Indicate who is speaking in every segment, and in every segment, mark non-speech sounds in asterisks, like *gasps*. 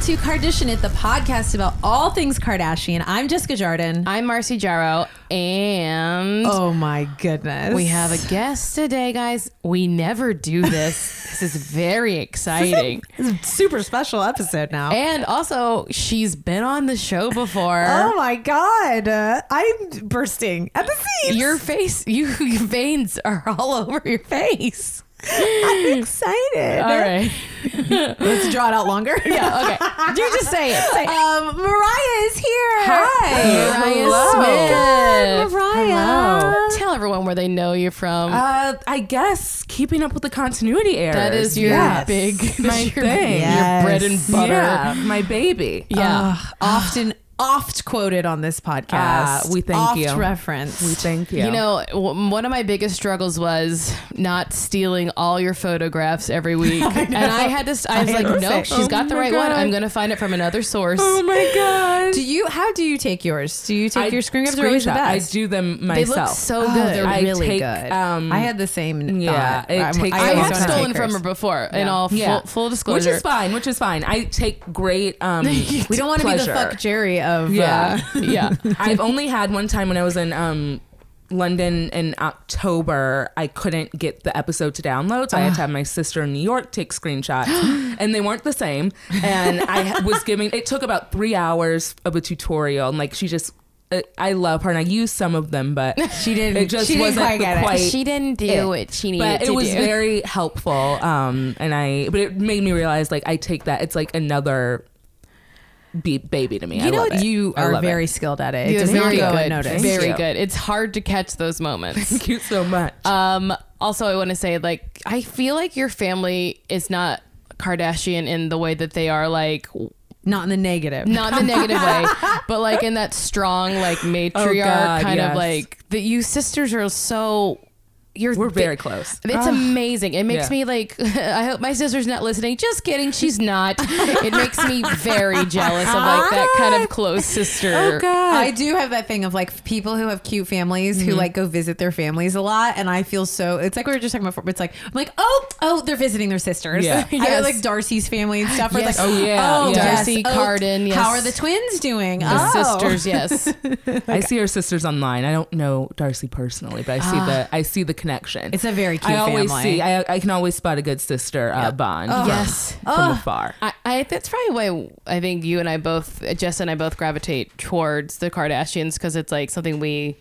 Speaker 1: to Kardashian It, the podcast about all things Kardashian. I'm Jessica Jardin.
Speaker 2: I'm Marcy Jarrow, and
Speaker 1: Oh my goodness.
Speaker 2: we have a guest today, guys. We never do
Speaker 1: *laughs*
Speaker 2: this. this is very exciting.
Speaker 1: It's a super special episode now.
Speaker 2: And also, she's been on the show before.
Speaker 1: oh my god. Uh, I'm bursting at the seams.
Speaker 2: Your face, *laughs* you your veins are all over your
Speaker 1: *laughs*
Speaker 2: face.
Speaker 1: I'm excited.
Speaker 2: All right.
Speaker 1: *laughs* Let's draw it out longer. *laughs*
Speaker 2: Yeah, okay. You just say it. Say it.
Speaker 1: Um, Mariah is here.
Speaker 2: Hi, Mariah
Speaker 1: Hello.
Speaker 2: Smith.
Speaker 1: Good, Mariah. Oh,
Speaker 2: Tell everyone where they know you from.
Speaker 3: Uh, I guess keeping up with the continuity errors.
Speaker 2: that is your
Speaker 1: yes.
Speaker 2: big, that's
Speaker 3: My
Speaker 2: your,
Speaker 3: thing.
Speaker 2: your bread
Speaker 1: Yes.
Speaker 2: and butter.
Speaker 3: yeah, my baby.
Speaker 2: Yeah.
Speaker 1: Ugh, Uh, often oft quoted on this podcast.
Speaker 3: Ah, we thank
Speaker 1: oft
Speaker 3: you.
Speaker 1: referenced.
Speaker 3: We thank you.
Speaker 2: You know, w- one of my biggest struggles was not stealing all your photographs every week, and I had this. I was like,
Speaker 1: understand.
Speaker 2: "Nope, she's
Speaker 3: Oh
Speaker 2: got the
Speaker 3: my
Speaker 2: right one.
Speaker 3: God.
Speaker 2: I'm going to find it from another source."
Speaker 1: *laughs*
Speaker 3: Oh my god.
Speaker 1: Do you? How do you take yours? Do you take your screen grabs? Are always the
Speaker 3: Screenshot. I
Speaker 1: best.
Speaker 3: do them
Speaker 2: they
Speaker 3: myself.
Speaker 2: look so
Speaker 1: Oh,
Speaker 2: good.
Speaker 1: they're
Speaker 3: I
Speaker 1: really
Speaker 3: take,
Speaker 1: good.
Speaker 3: um,
Speaker 1: I had the same.
Speaker 3: yeah,
Speaker 1: thought.
Speaker 3: it
Speaker 1: I'm-
Speaker 3: takes-
Speaker 2: I
Speaker 3: I
Speaker 1: always
Speaker 2: have
Speaker 3: don't
Speaker 1: take
Speaker 2: stolen from
Speaker 1: yours.
Speaker 2: her before, in
Speaker 1: Yeah.
Speaker 2: all full,
Speaker 3: Yeah.
Speaker 2: full
Speaker 3: which
Speaker 2: disclosure.
Speaker 3: is *laughs* fine. Which is fine. I take great.
Speaker 1: *laughs*
Speaker 3: Um,
Speaker 1: We don't want to be the
Speaker 3: pleasure.
Speaker 1: fuck Jerry of.
Speaker 3: Yeah.
Speaker 1: Uh,
Speaker 2: yeah,
Speaker 3: I've only had one time when I was in um, London in October. I couldn't get the episode to download, so I had to have my sister in New York take
Speaker 1: *gasps*
Speaker 3: screenshots, and they weren't the same. And I was giving. It took about three hours of a tutorial, and like she just. uh, I love her, and I used some of them, but
Speaker 1: *laughs* She didn't-
Speaker 3: It just
Speaker 1: she didn't
Speaker 3: wasn't
Speaker 1: quite
Speaker 3: the
Speaker 1: get it.
Speaker 3: quite
Speaker 2: she didn't do what she needed
Speaker 3: but
Speaker 2: to
Speaker 3: it was
Speaker 2: do.
Speaker 3: very helpful um and i but it made me realize like i take that it's like another be- baby to me I
Speaker 1: you know,
Speaker 3: love it.
Speaker 1: you
Speaker 3: I
Speaker 1: are
Speaker 3: love it.
Speaker 1: very skilled at it. It
Speaker 2: You're
Speaker 1: does not
Speaker 2: very
Speaker 1: go
Speaker 2: good.
Speaker 1: unnoticed.
Speaker 3: Thank
Speaker 2: Very
Speaker 3: you.
Speaker 2: good. It's hard to catch those
Speaker 3: *laughs*
Speaker 2: moments.
Speaker 3: thank you so much
Speaker 2: Um, also, I want to say, like, I feel like your family is not Kardashian in the way that they are, like,
Speaker 1: Not in the negative.
Speaker 2: not in the negative way,
Speaker 3: *laughs*
Speaker 2: but like in that strong, like matriarch
Speaker 3: Oh, God,
Speaker 2: kind of
Speaker 3: yes.
Speaker 2: like that. You sisters are so. You're
Speaker 3: We're
Speaker 2: ve-
Speaker 3: very close.
Speaker 2: It's amazing. It makes
Speaker 3: Ah.
Speaker 2: me
Speaker 3: Yeah.
Speaker 2: like. *laughs* I hope my sister's not listening. Just kidding. She's not. it makes me
Speaker 3: *laughs*
Speaker 2: very jealous of like that kind
Speaker 3: Ah.
Speaker 2: of close
Speaker 3: Oh,
Speaker 2: sister.
Speaker 1: I do have that thing of like people who have cute families
Speaker 3: Mm-hmm.
Speaker 1: who like go visit their families a lot, and I feel so. It's like we were just talking about. Before, it's like I'm like, oh, oh, they're visiting their sisters.
Speaker 3: Yeah.
Speaker 1: *laughs* I got, like Darcy's family and stuff. where it's
Speaker 2: Yes.
Speaker 1: like,
Speaker 3: Oh, yeah.
Speaker 1: oh,
Speaker 3: Yeah.
Speaker 2: Darcy,
Speaker 1: yes.
Speaker 2: Carden, yes.
Speaker 1: How are the twins doing?
Speaker 2: The
Speaker 1: oh.
Speaker 2: sisters,
Speaker 3: *laughs*
Speaker 2: yes.
Speaker 3: *laughs* i see her sisters online i don't know darcy personally but i see the i see the connection
Speaker 1: Ah. It's a very cute
Speaker 3: i always
Speaker 1: family. Oh.
Speaker 3: see I, I can always spot a good sister uh, bond from,
Speaker 2: Yes.
Speaker 3: from afar
Speaker 2: I, I that's probably why I think you and I both Jess and I both gravitate towards the Kardashians because it's like something we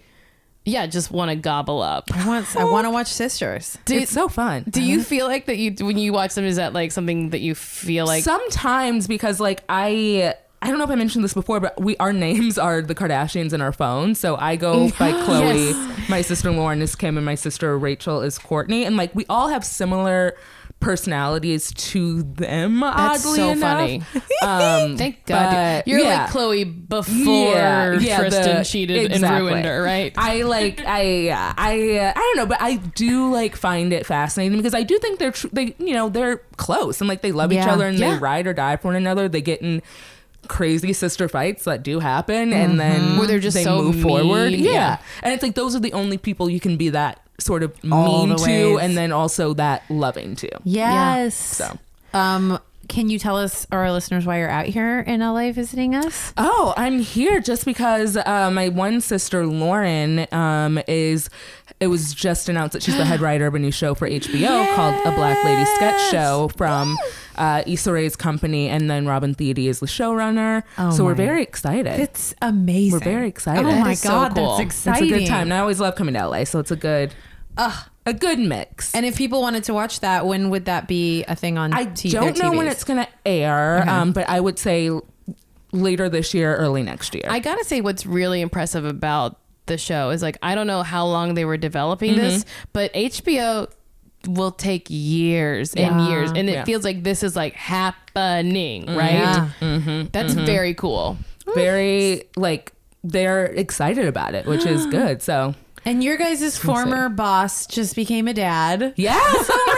Speaker 2: yeah just want to gobble up.
Speaker 1: I want, I want to watch sisters.
Speaker 2: Do,
Speaker 3: it's so fun
Speaker 2: do you feel like that you when you watch them is that like something that you feel like
Speaker 3: sometimes because like I I don't know if I mentioned this before, but we our names are the Kardashians in our phones. So I go
Speaker 2: Mm. *gasps*
Speaker 3: by Chloe, my sister Lauren is Kim, and my sister Rachel is Courtney, and like we all have similar personalities to them.
Speaker 2: that's
Speaker 3: oddly
Speaker 2: so
Speaker 3: enough.
Speaker 2: funny. *laughs*
Speaker 3: Um,
Speaker 2: Thank God
Speaker 3: but,
Speaker 2: you're
Speaker 3: yeah.
Speaker 2: like Chloe before Tristan
Speaker 3: the-
Speaker 2: cheated
Speaker 3: exactly.
Speaker 2: and ruined her, right?
Speaker 3: I like I uh, I uh, I don't know, but I do like find it fascinating because I do think they're tr- they you know they're close and like they love each
Speaker 1: Yeah.
Speaker 3: other and
Speaker 2: Yeah.
Speaker 3: they ride or die for one another. They get in crazy sister fights that do happen and then
Speaker 2: Mm-hmm. Where they're just
Speaker 3: they
Speaker 2: so
Speaker 3: move
Speaker 2: mean.
Speaker 3: forward. Yeah.
Speaker 2: Yeah.
Speaker 3: and it's like those are the only people you can be that sort of
Speaker 1: All
Speaker 3: mean
Speaker 1: the
Speaker 3: to
Speaker 1: ways.
Speaker 3: and then also that loving to.
Speaker 1: Yes.
Speaker 3: So.
Speaker 1: Um, can you tell us our listeners why you're out here in LA visiting us?
Speaker 3: Oh, I'm here just because uh, my one sister Lauren um, is. It was just announced that she's the
Speaker 1: *gasps*
Speaker 3: head writer of a new show for HBO called A Black Lady Sketch Show
Speaker 1: *gasps*
Speaker 3: from uh, Issa Rae's company, and then Robin Thede is the showrunner.
Speaker 1: Oh
Speaker 3: so we're
Speaker 1: my.
Speaker 3: very excited.
Speaker 1: It's amazing.
Speaker 3: We're very excited.
Speaker 1: Oh
Speaker 3: That
Speaker 1: my
Speaker 2: is so
Speaker 1: god,
Speaker 2: cool.
Speaker 1: that's
Speaker 2: It's
Speaker 3: it's a
Speaker 1: exciting.
Speaker 3: good time. And I always love coming to LA, so it's a good, a good mix.
Speaker 1: And if people wanted to watch that, when would that be a thing on?
Speaker 3: I
Speaker 1: t-
Speaker 3: don't
Speaker 1: their
Speaker 3: know when
Speaker 1: TVs?
Speaker 3: it's going to air, um, but I would say later this year, early next year.
Speaker 2: I gotta say, what's really impressive about the show is like I don't know how long they were developing
Speaker 1: Mm-hmm.
Speaker 2: this, but HBO will take years and years, and it
Speaker 3: Yeah.
Speaker 2: feels like this is like happening, right?
Speaker 1: Mm-hmm. Yeah. Mm-hmm.
Speaker 2: That's very cool.
Speaker 3: very like they're excited about it, which *gasps* is good. So
Speaker 1: And your guys' former boss just became a dad.
Speaker 3: yes, *laughs* oh my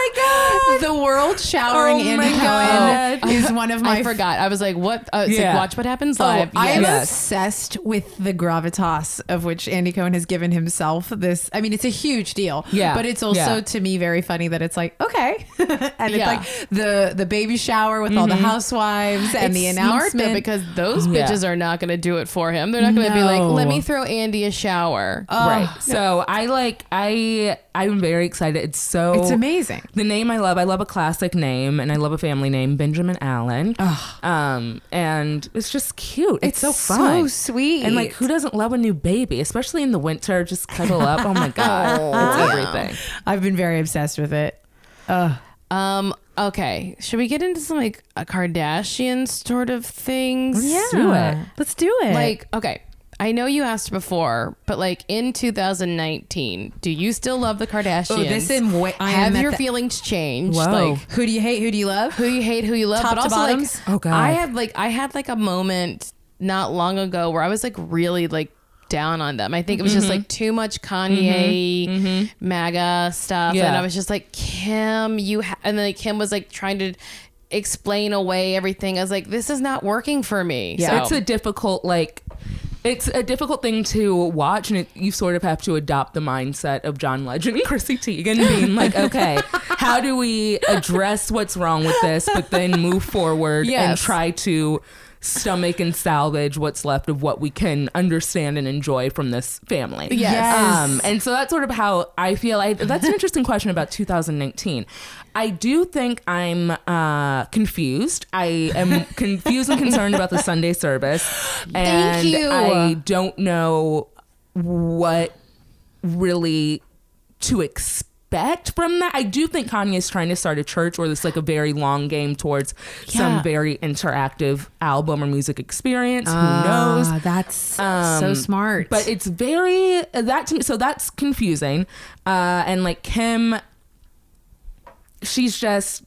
Speaker 1: the world showering
Speaker 3: Oh
Speaker 1: in
Speaker 3: my
Speaker 1: Andy
Speaker 3: God.
Speaker 1: Cohen is one of my
Speaker 2: I forgot. I was like, what? Uh, it's
Speaker 3: Yeah.
Speaker 2: like, watch what happens
Speaker 1: Oh,
Speaker 2: live.
Speaker 1: I am
Speaker 3: Yes.
Speaker 1: obsessed with the gravitas of which Andy Cohen has given himself. This, I mean, it's a huge deal.
Speaker 3: Yeah.
Speaker 1: but it's also
Speaker 3: Yeah.
Speaker 1: to me very funny that it's like okay, *laughs* and
Speaker 2: Yeah.
Speaker 1: it's like the the baby shower with all the housewives and the
Speaker 2: It's smart, though,
Speaker 1: announcement Oh,
Speaker 2: because those
Speaker 3: Yeah.
Speaker 2: bitches are not going to do it for him. They're not going to be like,
Speaker 3: No.
Speaker 2: let me throw Andy a shower.
Speaker 3: Uh, right. So I like I I'm very excited. It's so
Speaker 1: It's amazing.
Speaker 3: The name I love. I love a classic name and I love a family name, Benjamin Allen. Um and it's just cute. It's, so fun.
Speaker 1: so sweet.
Speaker 3: And like who doesn't love a new baby, especially in the winter, just cuddle up. Oh *laughs* my god. it's everything.
Speaker 1: I've been very obsessed with it.
Speaker 2: Um. Okay. Should we get into some like a Kardashian sort of things?
Speaker 3: do it.
Speaker 1: Let's do it.
Speaker 2: Like, okay. I know you asked before, but like in 2019, do you still love the Kardashians?
Speaker 1: Oh, this is way- I am
Speaker 2: Have
Speaker 1: at
Speaker 2: your
Speaker 1: the-
Speaker 2: feelings changed?
Speaker 3: Whoa.
Speaker 2: Like,
Speaker 1: who do you hate? Who do you love?
Speaker 2: who you hate, who you love,
Speaker 1: Top
Speaker 2: but
Speaker 1: to
Speaker 2: also
Speaker 1: bottoms?
Speaker 2: like,
Speaker 3: Oh, God.
Speaker 2: I had like I had like a moment not long ago where I was like really like down on them. I think it was
Speaker 1: Mm-hmm.
Speaker 2: just like too much Kanye MAGA stuff, and
Speaker 3: Yeah.
Speaker 2: I was just like, Kim, you, ha-, and then like, Kim was like trying to explain away everything. I was like, this is not working for me.
Speaker 3: Yeah,
Speaker 2: So-
Speaker 3: it's a difficult like. It's a difficult thing to watch, and it, you sort of have to adopt the mindset of John Legend and Chrissy Teigen, being like, "Okay, how do we address what's wrong with this, but then move forward and
Speaker 2: Yes.
Speaker 3: try to stomach and salvage what's left of what we can understand and enjoy from this family?"
Speaker 2: Yes.
Speaker 1: Yes.
Speaker 3: Um, and so that's sort of how I feel. I, that's an interesting question about 2019. I do think I'm uh, confused. I
Speaker 2: *laughs*
Speaker 3: am confused and concerned about the Sunday service. And
Speaker 2: you.
Speaker 3: I don't know what really to expect from that. I do think Kanye's trying to start a church or this like a very long game towards
Speaker 2: Yeah.
Speaker 3: some very interactive album or music experience.
Speaker 2: Ah.
Speaker 3: Who knows?
Speaker 1: Oh, That's so
Speaker 3: Um,
Speaker 1: smart.
Speaker 3: But it's very that to me, so that's confusing. Uh, and like Kim, she's just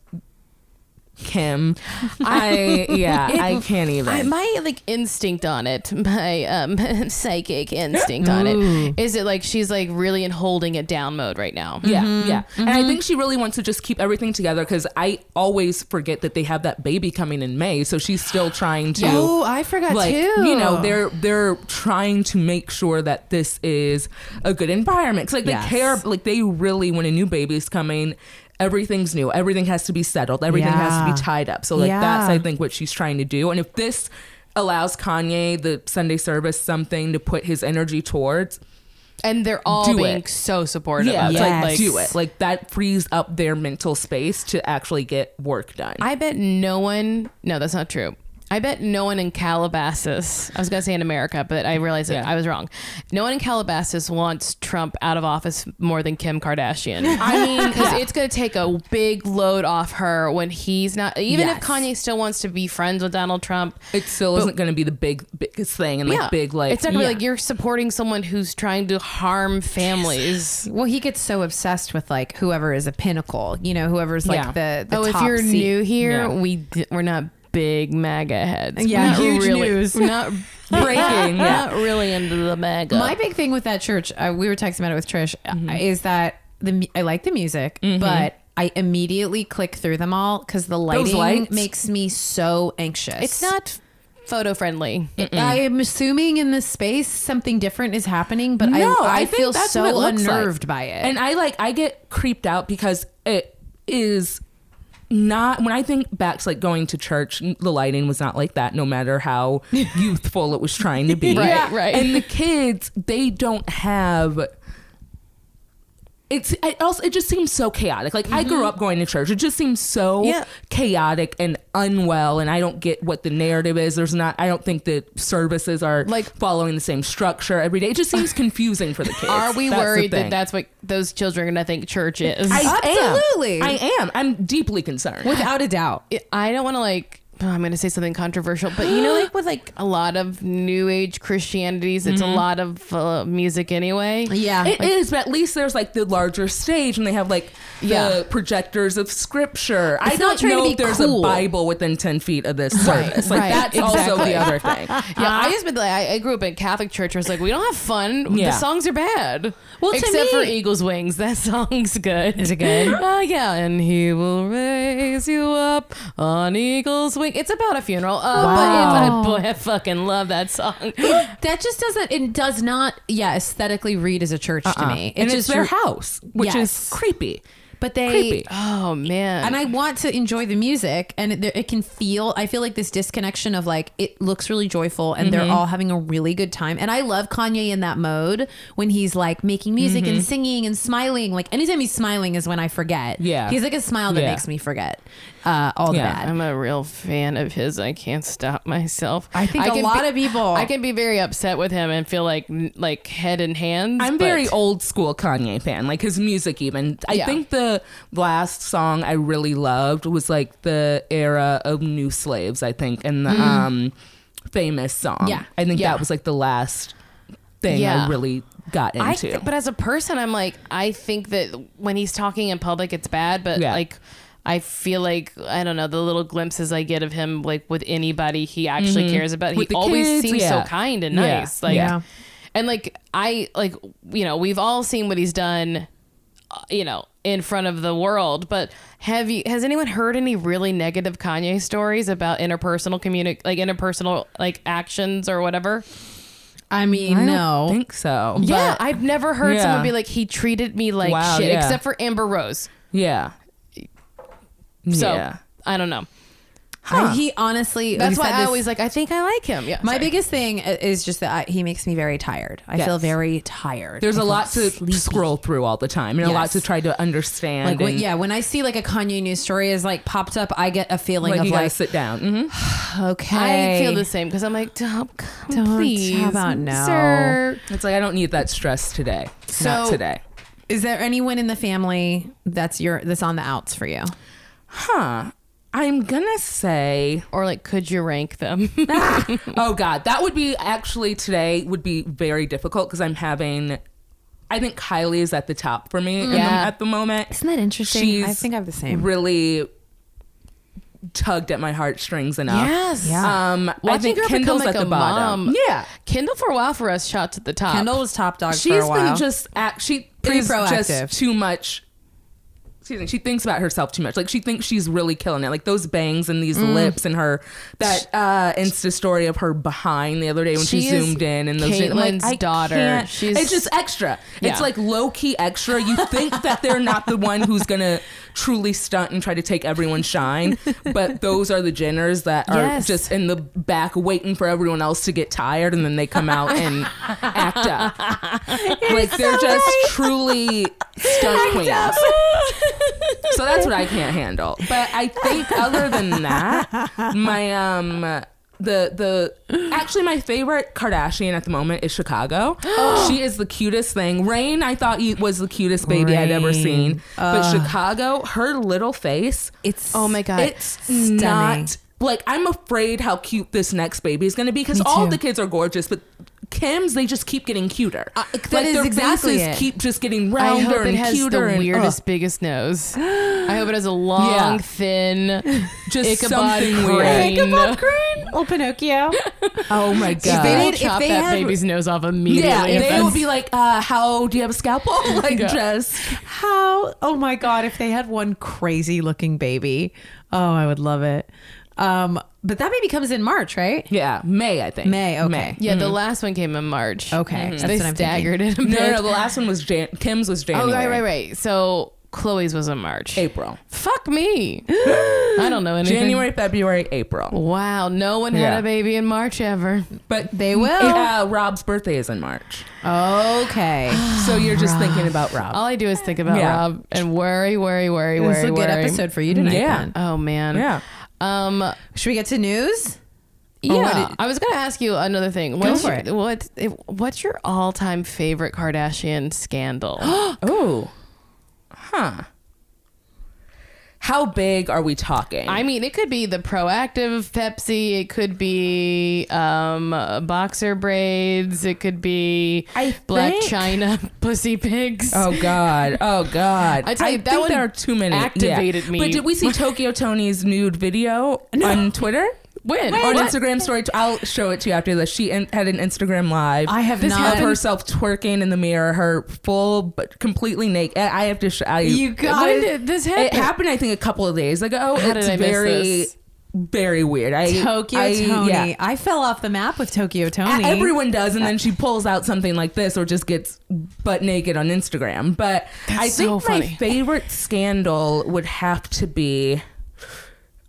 Speaker 3: Kim. I yeah, I can't even.
Speaker 2: I, my like instinct on it, *laughs* my um, *laughs* psychic instinct on it, is it like she's like really in holding it down mode right now.
Speaker 3: yeah, yeah. And I think she really wants to just keep everything together because I always forget that they have that baby coming in May, so she's still trying to.
Speaker 1: oh, I forgot
Speaker 3: like
Speaker 1: too.
Speaker 3: you know they're they're trying to make sure that this is a good environment 'Cause, like
Speaker 1: Yes.
Speaker 3: they care like they really when a new baby's coming everything's new everything has to be settled everything has to
Speaker 1: Yeah.
Speaker 3: be tied up so like
Speaker 1: Yeah.
Speaker 3: that's i think what she's trying to do and if this allows kanye the sunday service something to put his energy towards
Speaker 2: And they're all
Speaker 3: Do
Speaker 2: being
Speaker 3: it.
Speaker 2: so supportive.
Speaker 3: yeah
Speaker 2: of it.
Speaker 3: it's
Speaker 1: Yes.
Speaker 3: like, like do it like that frees up their mental space to actually get work done
Speaker 2: I bet no one. No, that's not true. I bet no one in Calabasas. I was gonna say in America, but I realized that
Speaker 3: Yeah.
Speaker 2: I was wrong. No one in Calabasas wants Trump out of office more than Kim Kardashian.
Speaker 3: *laughs*
Speaker 2: *laughs*
Speaker 3: I mean
Speaker 2: because it's going to take a big load off her when he's not. Even if
Speaker 1: Yes.
Speaker 2: Kanye still wants to be friends with Donald Trump,
Speaker 3: it still isn't going to be the big biggest thing and like big like
Speaker 2: it's not gonna
Speaker 3: yeah.
Speaker 2: be like you're supporting someone who's trying to harm families.
Speaker 1: Well, he gets so obsessed with like whoever is a pinnacle, you know, whoever's like
Speaker 3: Yeah.
Speaker 1: the, the
Speaker 2: oh, if
Speaker 1: top
Speaker 2: you're
Speaker 1: seat.
Speaker 2: new here,
Speaker 3: Yeah.
Speaker 2: we d- we're not big MAGA heads.
Speaker 1: Yeah,
Speaker 2: We're not
Speaker 1: huge
Speaker 2: really,
Speaker 1: news.
Speaker 2: We're *laughs* not breaking.
Speaker 3: yeah.
Speaker 2: Not really into the MAGA.
Speaker 1: My big thing with that church, uh, we were texting about it with Trish, uh, is that the mu- I like the music, but I immediately click through them all because the lighting
Speaker 3: lights.
Speaker 1: makes me so anxious.
Speaker 2: it's not photo friendly.
Speaker 1: I am assuming in this space something different is happening, but
Speaker 3: No,
Speaker 1: I, I,
Speaker 3: I think
Speaker 1: feel
Speaker 3: that's what it
Speaker 1: so
Speaker 3: looks like.
Speaker 1: unnerved by it.
Speaker 3: And I like I get creeped out because it is not when I think back to like going to church, n- the lighting was not like that, no
Speaker 2: *laughs*
Speaker 3: matter how youthful it was trying to be.
Speaker 2: Right, Yeah. right.
Speaker 3: And the kids, they don't have it's it also it just seems so chaotic. Like I grew up going to church. It just seems so
Speaker 2: Mm-hmm. Yeah.
Speaker 3: chaotic and unwell and I don't get what the narrative is. There's not I don't think the services are
Speaker 2: Like-
Speaker 3: following the same structure every day. It
Speaker 2: *laughs*
Speaker 3: just seems confusing for the kids.
Speaker 2: Are we
Speaker 3: That's the
Speaker 2: worried that
Speaker 3: thing.
Speaker 2: that's what those children are gonna think church is?
Speaker 3: I am.
Speaker 1: Absolutely.
Speaker 3: I am. I'm deeply concerned.
Speaker 1: Without a doubt.
Speaker 2: I don't want to like oh, I'm going to say something controversial, but you know, like with like a lot of new age Christianities, it's a lot of uh, music anyway.
Speaker 1: Yeah.
Speaker 3: It is, but at least there's like the larger stage, and they have like the
Speaker 2: Yeah.
Speaker 3: projectors of scripture. I
Speaker 1: It's not
Speaker 3: don't
Speaker 1: trying to
Speaker 3: know
Speaker 1: be
Speaker 3: if there's
Speaker 1: cool.
Speaker 3: a Bible within ten feet of this service. like
Speaker 2: right,
Speaker 3: that's also
Speaker 2: exactly.
Speaker 3: the
Speaker 1: *laughs*
Speaker 3: other thing.
Speaker 2: Yeah,
Speaker 1: Uh-huh.
Speaker 2: I just been like I, I grew up in Catholic church. Where it's like we don't have fun.
Speaker 3: Yeah.
Speaker 2: The songs are bad.
Speaker 1: Well, to
Speaker 2: except for
Speaker 1: me-
Speaker 2: Eagles Wings, *laughs* that song's good. Is
Speaker 1: it good?
Speaker 2: *laughs* Uh, yeah, and he will raise you up on Eagles Wing. It's about a funeral. Uh,
Speaker 1: Wow.
Speaker 2: But it's, I, boy, I fucking love that
Speaker 1: *gasps*
Speaker 2: song.
Speaker 1: that just doesn't it does not yeah aesthetically read as a church to me
Speaker 3: and it's
Speaker 1: just
Speaker 3: their house, which
Speaker 1: Yes.
Speaker 3: is creepy.
Speaker 1: but they
Speaker 3: Creepy.
Speaker 2: Oh man.
Speaker 1: and I want to enjoy the music, and it, it can feel. I feel like this disconnection of like it looks really joyful, and they're all having a really good time. And I love Kanye in that mode when he's like making music and singing and smiling. Like anytime he's smiling is when I forget.
Speaker 3: Yeah.
Speaker 1: he's like a smile that
Speaker 3: Yeah.
Speaker 1: makes me forget uh, all
Speaker 3: Yeah.
Speaker 1: the bad.
Speaker 2: I'm a real fan of his. I can't stop myself.
Speaker 1: I think a
Speaker 2: can
Speaker 1: lot
Speaker 2: be-
Speaker 1: of people-
Speaker 2: I can be very upset with him and feel like like head and hands.
Speaker 3: I'm
Speaker 2: but-
Speaker 3: very old school Kanye fan, like his music even. I
Speaker 2: Yeah.
Speaker 3: think the last song I really loved was like the era of New Slaves, I think, and the um famous song.
Speaker 1: Yeah.
Speaker 3: I think
Speaker 2: Yeah.
Speaker 3: that was like the last thing
Speaker 2: Yeah.
Speaker 3: I really got into.
Speaker 2: I th- but as a person, I'm like, I think that when he's talking in public, it's bad. But
Speaker 3: Yeah.
Speaker 2: like, I feel like I don't know the little glimpses I get of him, like with anybody he actually cares about.
Speaker 3: Mm-hmm. With
Speaker 2: he
Speaker 3: the
Speaker 2: always
Speaker 3: kids,
Speaker 2: seems
Speaker 3: yeah.
Speaker 2: so kind and
Speaker 3: Yeah.
Speaker 2: nice. Like,
Speaker 1: Yeah.
Speaker 2: and like I like you know we've all seen what he's done, uh, you know, in front of the world. But have you? Has anyone heard any really negative Kanye stories about interpersonal communi- like interpersonal like actions or whatever?
Speaker 1: I mean,
Speaker 3: I
Speaker 1: no,
Speaker 3: don't think so.
Speaker 2: Yeah,
Speaker 3: But-
Speaker 2: I've never heard
Speaker 3: Yeah.
Speaker 2: someone be like, he treated me like
Speaker 3: Wow,
Speaker 2: shit,
Speaker 3: yeah.
Speaker 2: except for Amber Rose.
Speaker 3: yeah.
Speaker 2: So
Speaker 3: yeah.
Speaker 2: I don't know.
Speaker 1: I, he honestly.
Speaker 2: That's
Speaker 1: we
Speaker 2: why
Speaker 1: said
Speaker 2: I
Speaker 1: this-
Speaker 2: always like, I think I like him. Yeah.
Speaker 1: My biggest thing i- is just that I, he makes me very tired. I
Speaker 3: Yes.
Speaker 1: feel very tired.
Speaker 3: There's
Speaker 1: I
Speaker 3: a
Speaker 1: feel
Speaker 3: lot to
Speaker 1: sleepy.
Speaker 3: scroll through all the time and a lot
Speaker 1: Yes.
Speaker 3: to try to understand.
Speaker 1: Like when,
Speaker 3: and,
Speaker 1: yeah, when I see like a Kanye news story is like popped up, I get a feeling
Speaker 3: like
Speaker 1: of
Speaker 3: you gotta
Speaker 1: like
Speaker 3: sit down. hmm
Speaker 1: okay,
Speaker 2: I feel the same because I'm like, don't come,
Speaker 1: Don't. How
Speaker 2: please.
Speaker 1: about no?
Speaker 2: Sir.
Speaker 3: It's like I don't need that stress today. Not
Speaker 1: So-
Speaker 3: today.
Speaker 1: Is there anyone in the family that's your that's on the outs for you?
Speaker 3: Huh. I'm gonna say
Speaker 2: Or like, could you rank
Speaker 3: *laughs*
Speaker 2: them? *laughs*
Speaker 3: oh god that would be actually today would be very difficult because i'm having i think kylie is at the top for me in the-
Speaker 2: Yeah.
Speaker 3: at the moment
Speaker 1: Isn't that interesting?
Speaker 3: she's
Speaker 1: I think I have the same.
Speaker 3: really tugged at my heartstrings enough
Speaker 2: yes.
Speaker 1: Yeah.
Speaker 3: um i
Speaker 2: Watching
Speaker 3: think
Speaker 2: her
Speaker 3: kendall's
Speaker 2: become like
Speaker 3: at the
Speaker 2: a
Speaker 3: bottom
Speaker 2: mom.
Speaker 3: yeah
Speaker 2: Kendall for a while for us shot to the top.
Speaker 1: Kendall was top dog
Speaker 3: she's
Speaker 1: for a while.
Speaker 3: been just act, she
Speaker 1: Pretty
Speaker 3: is
Speaker 1: proactive.
Speaker 3: just too much excuse me she thinks about herself too much like she thinks she's really killing it like those bangs and these lips and her that uh insta story of her behind the other day when she,
Speaker 2: She is
Speaker 3: zoomed in and those I'm
Speaker 2: Caitlyn's
Speaker 3: I
Speaker 2: daughter.
Speaker 3: can't-
Speaker 2: She's-
Speaker 3: it's just extra
Speaker 2: Yeah.
Speaker 3: it's like low-key extra you think that they're not the one who's gonna truly stunt and try to take everyone's shine but those are the jenners that are
Speaker 2: Yes.
Speaker 3: just in the back waiting for everyone else to get tired and then they come out and act
Speaker 2: *laughs*
Speaker 3: up like they're just truly stunt queens. so that's what I can't handle. But I think other than that, my um the the actually my favorite Kardashian at the moment is
Speaker 1: *gasps*
Speaker 3: Chicago. she is the cutest thing. Rain I thought you- was the cutest baby I'd ever seen. but Chicago, her little face,
Speaker 1: it's
Speaker 2: Oh my God.
Speaker 3: it's
Speaker 1: stunning.
Speaker 3: not like I'm afraid how cute this next baby is going to be because all
Speaker 1: too. Uh,
Speaker 3: the kids are gorgeous, but Kim's they just keep getting cuter.
Speaker 1: that
Speaker 3: like
Speaker 1: is
Speaker 3: their
Speaker 1: exactly
Speaker 3: faces
Speaker 1: it.
Speaker 3: keep just getting
Speaker 2: I
Speaker 3: rounder
Speaker 2: hope it
Speaker 3: and
Speaker 2: has
Speaker 3: cuter
Speaker 2: the
Speaker 3: and
Speaker 2: weirdest,
Speaker 3: ugh,
Speaker 2: biggest
Speaker 3: *gasps*
Speaker 2: nose. I hope it has a long,
Speaker 3: Yeah.
Speaker 2: thin,
Speaker 3: *laughs* just
Speaker 2: Ichabod
Speaker 3: something
Speaker 2: Crane.
Speaker 3: weird.
Speaker 2: Ichabod
Speaker 1: Crane, little *laughs* Pinocchio.
Speaker 3: Oh my
Speaker 1: If
Speaker 3: god.
Speaker 1: they
Speaker 2: They
Speaker 1: did-
Speaker 2: will
Speaker 1: if
Speaker 2: chop
Speaker 1: they
Speaker 2: that
Speaker 1: had-
Speaker 2: baby's nose off immediately.
Speaker 3: yeah,
Speaker 2: if
Speaker 3: they
Speaker 2: that's-
Speaker 3: would be like, uh, "How do you have a scalpel?" *laughs* Like,
Speaker 2: Yeah.
Speaker 3: just
Speaker 1: How? Oh my God! If they had one crazy looking baby, oh, I would love it. Um, but that baby comes in March, right?
Speaker 3: yeah, May I think
Speaker 1: May, okay.
Speaker 2: Yeah, the last one came in March.
Speaker 1: Okay, that's
Speaker 2: they
Speaker 1: what I'm
Speaker 2: staggered it a bit.
Speaker 3: No, no, no, the last one was Jan- Kim's was
Speaker 2: oh,
Speaker 3: January.
Speaker 2: right, right, right. So Chloe's was in March.
Speaker 3: April,
Speaker 2: Fuck me. I don't know anything.
Speaker 3: January, February, April.
Speaker 2: Wow, no one had
Speaker 3: Yeah.
Speaker 2: a baby in March ever.
Speaker 3: But
Speaker 1: They will.
Speaker 3: Uh, Rob's birthday is in March,
Speaker 1: *gasps* Okay.
Speaker 3: so you're just thinking about Rob.
Speaker 2: All I do is think about
Speaker 3: Yeah.
Speaker 2: Rob and worry, worry, worry,
Speaker 1: This is
Speaker 2: worry,
Speaker 1: a good
Speaker 2: worry.
Speaker 1: episode for you tonight.
Speaker 3: Yeah.
Speaker 1: then.
Speaker 2: Oh man.
Speaker 3: Yeah.
Speaker 2: Um.
Speaker 1: Should we get to news?
Speaker 2: Yeah.
Speaker 3: what did-
Speaker 2: I was gonna ask you another thing. What's
Speaker 1: for
Speaker 2: your,
Speaker 1: it.
Speaker 2: What? What's your all-time favorite Kardashian scandal?
Speaker 3: Oh. Huh. How big are we talking?
Speaker 2: I mean, it could be the proactive Pepsi. It could be um, uh, boxer braids. It could be
Speaker 3: I
Speaker 2: black
Speaker 3: think-
Speaker 2: china *laughs* pussy pigs.
Speaker 3: Oh God! Oh God!
Speaker 2: *laughs* I tell you, that
Speaker 3: think
Speaker 2: one
Speaker 3: there are too many. Yeah.
Speaker 2: activated me.
Speaker 3: But did
Speaker 2: *laughs*
Speaker 3: we see Tokyo Tony's nude video on Twitter?
Speaker 2: When?
Speaker 3: Or on
Speaker 2: What?
Speaker 3: Instagram story? i I'll show it to you after this. She in- had an Instagram live.
Speaker 1: I have
Speaker 2: This
Speaker 1: not.
Speaker 3: of herself twerking in the mirror, her full but completely naked. I I have to. Sh- I,
Speaker 1: You got
Speaker 2: When did this happen?
Speaker 3: It happened, I think, a couple of days ago.
Speaker 2: How did
Speaker 3: it's
Speaker 2: I miss
Speaker 3: very,
Speaker 2: this?
Speaker 3: very weird. I,
Speaker 1: Tokyo
Speaker 3: I-
Speaker 1: Tony.
Speaker 3: yeah.
Speaker 1: I fell off the map with Tokyo Tony.
Speaker 3: A- Everyone does, and then she pulls out something like this, or just gets butt naked on Instagram. But I
Speaker 2: That's so
Speaker 3: think my
Speaker 2: funny.
Speaker 3: favorite scandal would have to be,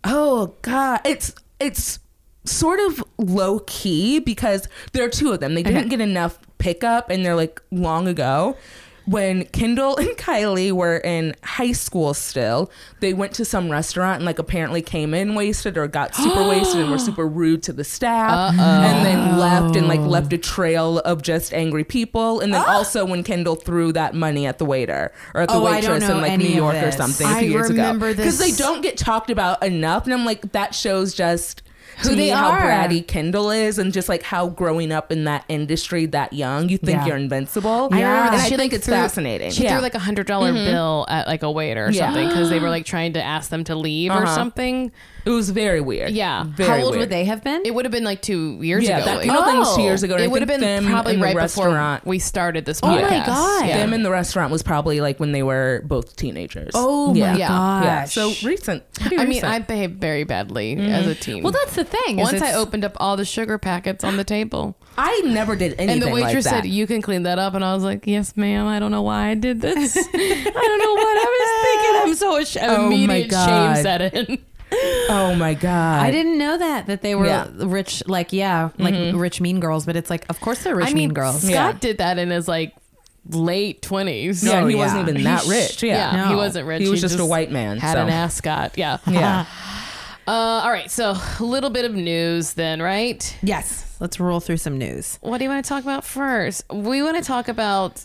Speaker 3: oh god, it's it's sort of low key because there are two of them. They didn't get enough pickup, and they're like long ago. When Kendall *laughs* and Kylie were in high school still, they went to some restaurant and like apparently came in wasted or
Speaker 1: *gasps*
Speaker 3: got super wasted and were super rude to the staff and then left and like left
Speaker 1: Oh.
Speaker 3: a trail of just angry
Speaker 1: *gasps*
Speaker 3: people. And then also when Kendall threw that money at the waiter or at the
Speaker 1: Oh, I don't
Speaker 3: waitress
Speaker 1: know
Speaker 3: in like
Speaker 1: any
Speaker 3: New
Speaker 1: of
Speaker 3: York or
Speaker 1: this.
Speaker 3: something a
Speaker 2: I
Speaker 3: few years
Speaker 2: remember
Speaker 3: ago. Because they
Speaker 2: this.
Speaker 3: don't get talked about enough. And I'm like, that shows just to
Speaker 1: Who
Speaker 3: me
Speaker 1: they
Speaker 3: how
Speaker 1: are.
Speaker 3: bratty Kendall is and just like how growing up in that industry that young, you think
Speaker 1: Yeah.
Speaker 3: you're invincible.
Speaker 2: I remember
Speaker 3: And
Speaker 2: that
Speaker 3: I
Speaker 2: she,
Speaker 3: think
Speaker 2: like,
Speaker 3: it's
Speaker 2: threw-
Speaker 3: fascinating. Mm-hmm.
Speaker 2: She threw like a hundred bill at like a waiter or
Speaker 3: Yeah.
Speaker 2: something because they were like trying to ask them to leave or
Speaker 3: Uh-huh.
Speaker 2: something.
Speaker 3: it was very weird.
Speaker 2: Yeah.
Speaker 3: Very
Speaker 1: How old
Speaker 3: weird.
Speaker 1: would they have been?
Speaker 2: It would have been like two years
Speaker 3: Yeah,
Speaker 2: ago.
Speaker 3: that
Speaker 2: like-
Speaker 3: Kindle thing's two years ago, and I
Speaker 2: It would have
Speaker 3: think
Speaker 2: been
Speaker 3: them
Speaker 2: probably
Speaker 3: in the
Speaker 2: right before
Speaker 3: restaurant- Oh
Speaker 2: we started this
Speaker 1: my
Speaker 2: podcast.
Speaker 1: God.
Speaker 2: Yeah.
Speaker 3: Them in the restaurant was probably like when they were both teenagers.
Speaker 1: oh my
Speaker 2: Yeah.
Speaker 1: gosh.
Speaker 3: Yeah, so recent. pretty
Speaker 2: I mean,
Speaker 3: recent.
Speaker 2: I behaved very badly
Speaker 3: Mm-hmm.
Speaker 2: as a teen.
Speaker 1: well, that's the thing. is
Speaker 2: once I
Speaker 1: it's-
Speaker 2: opened up all the sugar packets on the table,
Speaker 3: I never did anything
Speaker 2: and the waitress
Speaker 3: like that.
Speaker 2: said, "You can clean that up," and I was like, "Yes, ma'am. I don't know why I did this. I don't know what I was thinking. I'm so ash-
Speaker 3: *laughs* Oh my
Speaker 2: immediate
Speaker 3: God.
Speaker 2: shame set in."
Speaker 3: "Oh my god,
Speaker 1: I didn't know that that they were
Speaker 3: Yeah.
Speaker 1: rich, like yeah, like rich mean girls. But it's like, of course they're rich
Speaker 2: I
Speaker 1: Mm-hmm.
Speaker 2: mean,
Speaker 1: mean girls.
Speaker 2: Scott
Speaker 3: Yeah.
Speaker 2: did that in his like late twenties.
Speaker 3: Yeah,
Speaker 1: Oh,
Speaker 3: and he
Speaker 1: yeah.
Speaker 3: wasn't even that
Speaker 2: He sh-
Speaker 3: rich. Yeah,
Speaker 2: yeah, he
Speaker 1: No.
Speaker 2: wasn't rich.
Speaker 3: He was just a white man,
Speaker 2: Had
Speaker 3: so.
Speaker 2: an ascot. Yeah.
Speaker 3: yeah.
Speaker 2: Uh, all right. So a little bit of news then, right?
Speaker 1: Yes, let's roll through some news.
Speaker 2: What do you want to talk about first? We want to talk about.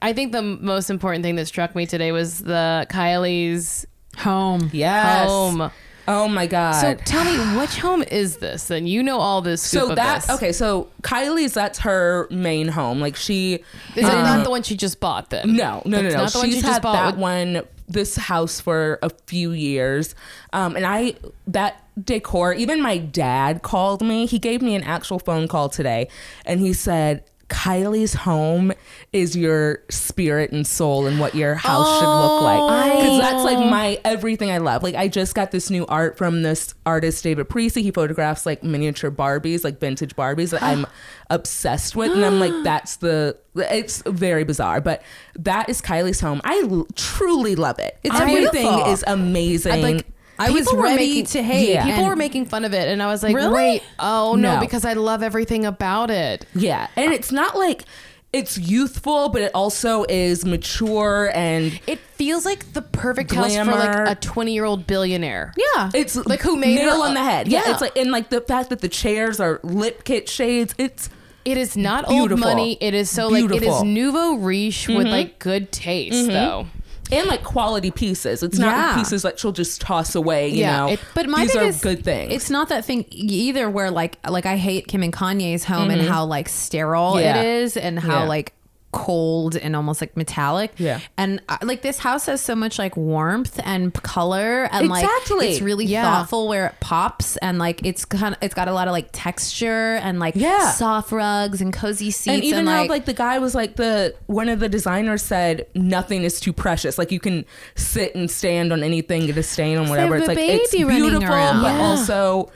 Speaker 2: I think the m- most important thing that struck me today was the Kylie's
Speaker 1: Home.
Speaker 3: Yes.
Speaker 2: home.
Speaker 3: Oh my
Speaker 2: So
Speaker 3: god.
Speaker 2: tell me, which home is this? Then you know all this. Scoop
Speaker 3: So
Speaker 2: of
Speaker 3: that
Speaker 2: this.
Speaker 3: okay. So Kylie's that's her main home. Like she
Speaker 2: Is it not the one she just bought then?
Speaker 3: No, no, no,
Speaker 2: It's
Speaker 3: no.
Speaker 2: Not the one
Speaker 3: She's
Speaker 2: she just
Speaker 3: had
Speaker 2: bought.
Speaker 3: that
Speaker 2: with-
Speaker 3: one, this house for a few years, um, and I that decor. Even my dad called me. He gave me an actual phone call today, and he said. Kylie's home is your spirit and soul, and what your house should look
Speaker 2: Oh,
Speaker 3: like. Because that's like my everything I love. Like I just got this new art from this artist David Priestley. He photographs like miniature Barbies, like vintage Barbies that I'm obsessed with, and I'm like, that's the. It's very bizarre, but that is Kylie's home. I l- truly love it. It's
Speaker 1: I-
Speaker 3: everything
Speaker 1: Beautiful.
Speaker 3: is amazing.
Speaker 2: I, like,
Speaker 1: I was
Speaker 2: people were
Speaker 1: ready
Speaker 2: making-
Speaker 1: to hate
Speaker 3: Yeah.
Speaker 2: People
Speaker 1: and-
Speaker 2: were making fun of it, and I was like,
Speaker 1: Really?
Speaker 2: "Wait, oh no,
Speaker 3: No.
Speaker 2: because I love everything about it."
Speaker 3: yeah, and it's not like it's youthful, but it also is mature and
Speaker 2: It feels like the perfect house for
Speaker 3: Glamour.
Speaker 2: like a twenty-year-old billionaire.
Speaker 1: Yeah.
Speaker 3: It's
Speaker 2: Like, who made
Speaker 3: nail
Speaker 2: her-
Speaker 3: on the head. Yeah.
Speaker 2: Yeah.
Speaker 3: it's like and like the fact that the chairs are lip kit shades. It's
Speaker 2: It is not
Speaker 3: Beautiful.
Speaker 2: old money. It is so like it is
Speaker 3: Beautiful.
Speaker 2: nouveau riche with like good taste though.
Speaker 3: and like quality pieces. It's not
Speaker 1: Yeah.
Speaker 3: pieces that she'll just toss away. You
Speaker 2: Yeah,
Speaker 3: know,
Speaker 2: it-
Speaker 1: But my
Speaker 3: these
Speaker 1: thing
Speaker 3: are
Speaker 1: is,
Speaker 3: good things.
Speaker 1: It's not that thing e-, either, where like like I hate Kim and Kanye's home and how like sterile
Speaker 3: Mm-hmm. Yeah.
Speaker 1: it is, and how
Speaker 3: Yeah.
Speaker 1: like cold and almost like metallic.
Speaker 3: Yeah.
Speaker 1: and uh, like this house has so much like warmth and p- color, and
Speaker 3: Exactly.
Speaker 1: like it's really
Speaker 2: Yeah.
Speaker 1: thoughtful where it pops, and like it's kind of it's got a lot of like texture and like
Speaker 3: Yeah.
Speaker 1: soft rugs and cozy seats,
Speaker 3: and even
Speaker 1: like,
Speaker 3: how like the guy was like the one of the designers said nothing is too precious like you can sit and stand on anything get a stain on
Speaker 1: have
Speaker 3: whatever it's
Speaker 1: a
Speaker 3: like it's
Speaker 1: baby running
Speaker 3: beautiful
Speaker 1: around.
Speaker 3: but
Speaker 1: Yeah.
Speaker 3: also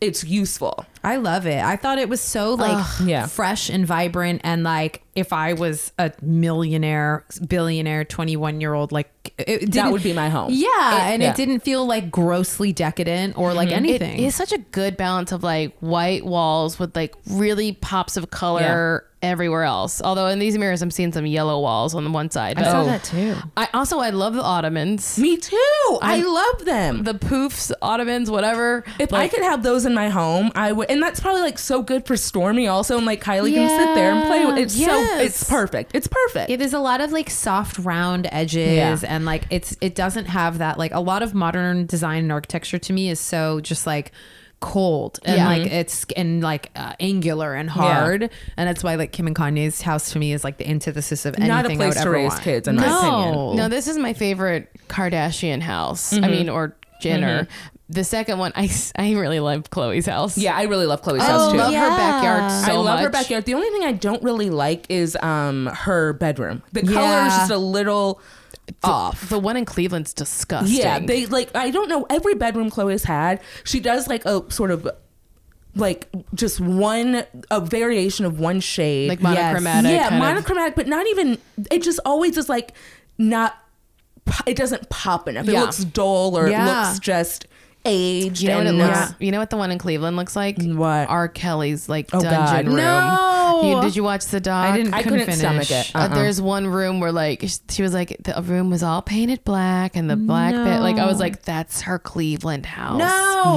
Speaker 3: it's useful
Speaker 1: I love it. I thought it was so like
Speaker 3: yeah.
Speaker 1: fresh and vibrant and like if I was a millionaire, billionaire, 21 year old, like it didn't,
Speaker 3: would be my home.
Speaker 1: Yeah.
Speaker 3: It-
Speaker 1: and
Speaker 3: yeah. Mm-hmm.
Speaker 1: it didn't feel like grossly decadent or like anything.
Speaker 2: It is such a good balance of like white walls with like really pops of color everywhere else. Although in these mirrors, I'm seeing some yellow walls on the one side.
Speaker 1: I saw
Speaker 2: Oh.
Speaker 1: that too.
Speaker 2: I also I love the ottomans,
Speaker 3: Me too. I, love them.
Speaker 2: the poofs, ottomans, whatever.
Speaker 3: if I
Speaker 2: Like,
Speaker 3: could have those in my home, I would. And that's probably like so good for Stormy also. And like Kylie can sit there and play with it's so
Speaker 1: Yes.
Speaker 3: it's perfect. It's perfect.
Speaker 1: Yeah, there's a lot of like soft round edges
Speaker 3: Yeah.
Speaker 1: and like it's it doesn't have that like a lot of modern design and architecture to me is so just like cold and
Speaker 2: Yeah.
Speaker 1: like it's and like uh, angular and hard and that's why like Kim and Kanye's house to me is like the antithesis of anything
Speaker 3: Not a
Speaker 1: I would
Speaker 3: place to
Speaker 1: ever
Speaker 3: raise
Speaker 1: want.
Speaker 3: kids, in my
Speaker 1: no.
Speaker 2: No, this is my favorite Kardashian house.
Speaker 3: Mm-hmm.
Speaker 2: I mean, or Jenner. The second one, I, s- I really love Chloe's house.
Speaker 3: Yeah, I really love Chloe's
Speaker 2: I
Speaker 3: house too.
Speaker 2: love her
Speaker 1: yeah.
Speaker 2: backyard so
Speaker 3: I love her
Speaker 2: much.
Speaker 3: backyard. The only thing I don't really like is um her bedroom. The color is
Speaker 1: Yeah.
Speaker 3: just a little off.
Speaker 2: The one in Cleveland's disgusting.
Speaker 3: Yeah, they like I don't know every bedroom Chloe's had. She does like a sort of like just one a variation of one shade.
Speaker 2: Like monochromatic
Speaker 3: Yeah,
Speaker 2: kind of-
Speaker 3: monochromatic, but not even it just always is like not it doesn't pop enough. It
Speaker 2: Yeah.
Speaker 3: looks dull or
Speaker 1: Yeah.
Speaker 3: it looks just aged
Speaker 2: you know what it
Speaker 3: and
Speaker 2: looks.
Speaker 3: not-
Speaker 2: You know what the one in Cleveland looks like?
Speaker 3: What?
Speaker 2: R. Kelly's like
Speaker 3: Oh, God.
Speaker 2: dungeon room.
Speaker 1: No.
Speaker 2: You, did you watch the doc?
Speaker 1: I didn't
Speaker 3: I
Speaker 1: couldn't,
Speaker 3: couldn't
Speaker 1: finish.
Speaker 3: stomach it. Uh-uh.
Speaker 2: Uh, there's one room where like sh- she was like the room was all painted black and the black bit like I was like that's her Cleveland house.
Speaker 3: No,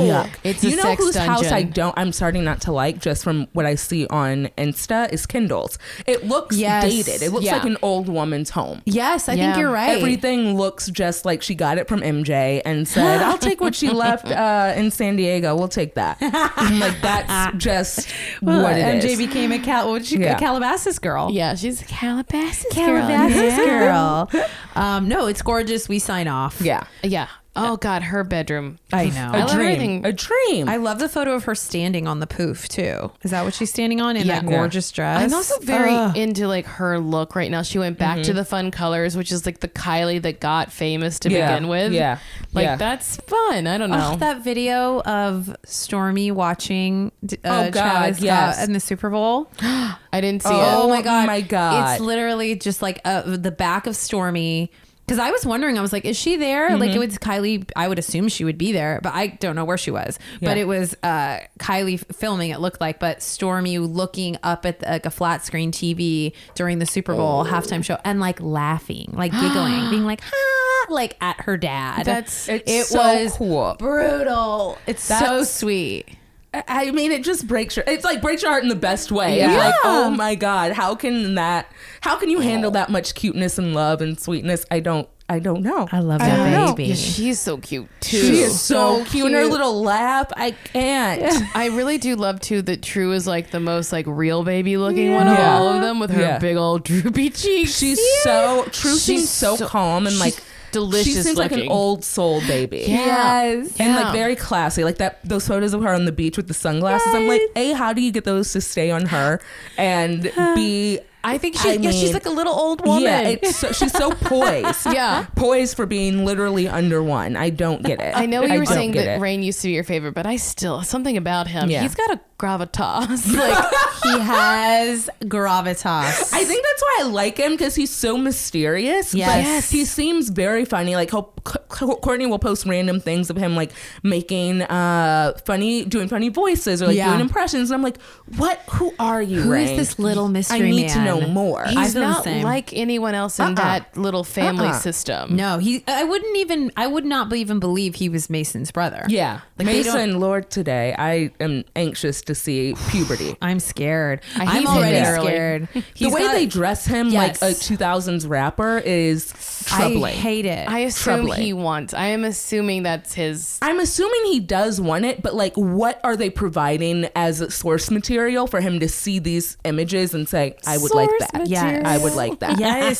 Speaker 2: Yuck. It's a
Speaker 3: you know
Speaker 2: sex
Speaker 3: whose house
Speaker 2: dungeon.
Speaker 3: I don't. I'm starting not to like just from what I see on Insta is Kindles. It looks
Speaker 1: Yes.
Speaker 3: dated. It looks
Speaker 2: Yeah.
Speaker 3: like an old woman's home.
Speaker 1: Yes, I
Speaker 2: Yeah.
Speaker 1: think you're right.
Speaker 3: Everything looks just like she got it from MJ and said, "I'll take what
Speaker 1: *laughs*
Speaker 3: she left uh, in San Diego. We'll take that." I'm
Speaker 1: *laughs*
Speaker 3: like that's just
Speaker 1: Well,
Speaker 3: what it is.
Speaker 1: MJ became a Cal- what she,
Speaker 3: Yeah.
Speaker 1: a Calabasas girl.
Speaker 2: Yeah, she's a Calabasas.
Speaker 1: Calabasas
Speaker 2: girl. Yeah.
Speaker 1: girl. *laughs* Um, no, it's gorgeous. We sign off.
Speaker 3: yeah,
Speaker 2: Yeah. Oh God, her bedroom.
Speaker 1: I know.
Speaker 3: a
Speaker 2: I love
Speaker 3: dream,
Speaker 2: everything.
Speaker 3: a dream.
Speaker 1: I love the photo of her standing on the poof too. Is that what she's standing on in
Speaker 2: Yeah.
Speaker 1: that
Speaker 2: Yeah.
Speaker 1: gorgeous dress?
Speaker 2: I'm also very
Speaker 1: Ugh.
Speaker 2: into like her look right now. She went back
Speaker 3: Mm-hmm.
Speaker 2: to the fun colors, which is like the Kylie that got famous to
Speaker 3: Yeah.
Speaker 2: begin with.
Speaker 3: Yeah.
Speaker 2: Like
Speaker 3: Yeah.
Speaker 2: that's fun. I don't know.
Speaker 1: Ugh, that video of Stormy watching d- uh,
Speaker 3: Oh, God,
Speaker 1: Travis Scott
Speaker 3: yes.
Speaker 1: in the Super Bowl.
Speaker 2: I didn't see
Speaker 3: Oh,
Speaker 2: it.
Speaker 1: my god,
Speaker 3: my God.
Speaker 1: It's literally just like uh, the back of Stormy. Because I was wondering, I was like, is she there? Like it was Kylie. I would assume she would be there, but I don't know where she was. But
Speaker 3: Yeah.
Speaker 1: it was uh, Kylie f- filming. It looked like, but Stormy looking up at the, like a flat screen TV during the Super Bowl halftime show and like laughing, like giggling, being like, ha, like at her dad.
Speaker 2: That's-
Speaker 3: It's
Speaker 1: it
Speaker 3: so
Speaker 1: was
Speaker 3: cool.
Speaker 1: brutal. It's so
Speaker 3: That's-
Speaker 1: sweet.
Speaker 3: I- I mean, it just breaks your. It's like breaks your heart in the best way.
Speaker 2: Yeah.
Speaker 3: It's like, oh my god, how can that? How can you handle that much cuteness and love and sweetness? I don't. I don't know.
Speaker 1: I love
Speaker 3: don't
Speaker 1: that
Speaker 3: know.
Speaker 1: baby.
Speaker 2: Yeah, she's so cute too.
Speaker 3: She is so, cute. And her little laugh. I can't.
Speaker 2: I really do love too that True is like the most like real baby looking one
Speaker 3: Yeah.
Speaker 2: of all of them with her
Speaker 3: Yeah.
Speaker 2: big old droopy cheeks.
Speaker 3: She's so true. She's
Speaker 2: She's
Speaker 3: so,
Speaker 2: so-
Speaker 3: calm and
Speaker 2: she's
Speaker 3: like She
Speaker 2: delicious
Speaker 3: seems like an
Speaker 2: looking.
Speaker 3: old soul baby.
Speaker 2: Yeah.
Speaker 1: Yes.
Speaker 3: And
Speaker 2: Yeah.
Speaker 3: like very classy, like that. Those photos of her on the beach with the sunglasses. I'm like, a, how do you get those to stay on her? And b,
Speaker 2: I think
Speaker 3: I
Speaker 2: she, yeah,
Speaker 3: mean-
Speaker 2: she's like a little old woman.
Speaker 3: yeah, it's so, she's so
Speaker 1: *laughs*
Speaker 3: poised.
Speaker 2: Yeah.
Speaker 3: poised for being literally under one. I don't get it.
Speaker 2: I know you were
Speaker 3: don't
Speaker 2: saying
Speaker 3: get
Speaker 2: that
Speaker 3: it.
Speaker 2: Rain used to be your favorite, but I still something about him.
Speaker 3: Yeah.
Speaker 2: He's got a *laughs* gravitas. Like
Speaker 1: he has gravitas.
Speaker 3: I think that's why I like him because he's so mysterious.
Speaker 1: Yes.
Speaker 3: But
Speaker 1: Yes.
Speaker 3: he seems very funny. Like he'll, C- C- Courtney will post random things of him like making uh funny, doing funny voices or like
Speaker 1: Yeah.
Speaker 3: doing impressions, and I'm like, what? Who are you?
Speaker 1: Who is
Speaker 3: Rain?
Speaker 1: this little mystery
Speaker 3: I need to
Speaker 1: man?
Speaker 3: know more.
Speaker 1: I
Speaker 2: he's
Speaker 1: feel the
Speaker 2: not
Speaker 1: same.
Speaker 2: like anyone else in
Speaker 3: Uh-uh.
Speaker 2: that little family
Speaker 3: Uh-uh.
Speaker 2: system.
Speaker 1: No, he. I wouldn't even. I would not be- even believe he was Mason's brother.
Speaker 3: yeah,
Speaker 1: Like, they don't-
Speaker 3: Mason Lord today. I am anxious to see puberty.
Speaker 1: I'm scared.
Speaker 2: I
Speaker 1: I'm
Speaker 2: hate
Speaker 1: already
Speaker 2: him early.
Speaker 1: scared.
Speaker 3: the
Speaker 1: He's
Speaker 3: way
Speaker 1: got-
Speaker 3: they dress him
Speaker 1: Yes.
Speaker 3: like a 2000s rapper is
Speaker 1: I
Speaker 3: troubling.
Speaker 1: hate it.
Speaker 2: I assume
Speaker 3: Troubling.
Speaker 2: he wants. I am assuming that's his.
Speaker 3: I'm assuming he does want it, but like, what are they providing as source material for him to see these images and say, "I would like
Speaker 2: Source
Speaker 3: that.
Speaker 1: material.
Speaker 3: I would like that." *laughs*
Speaker 1: yes,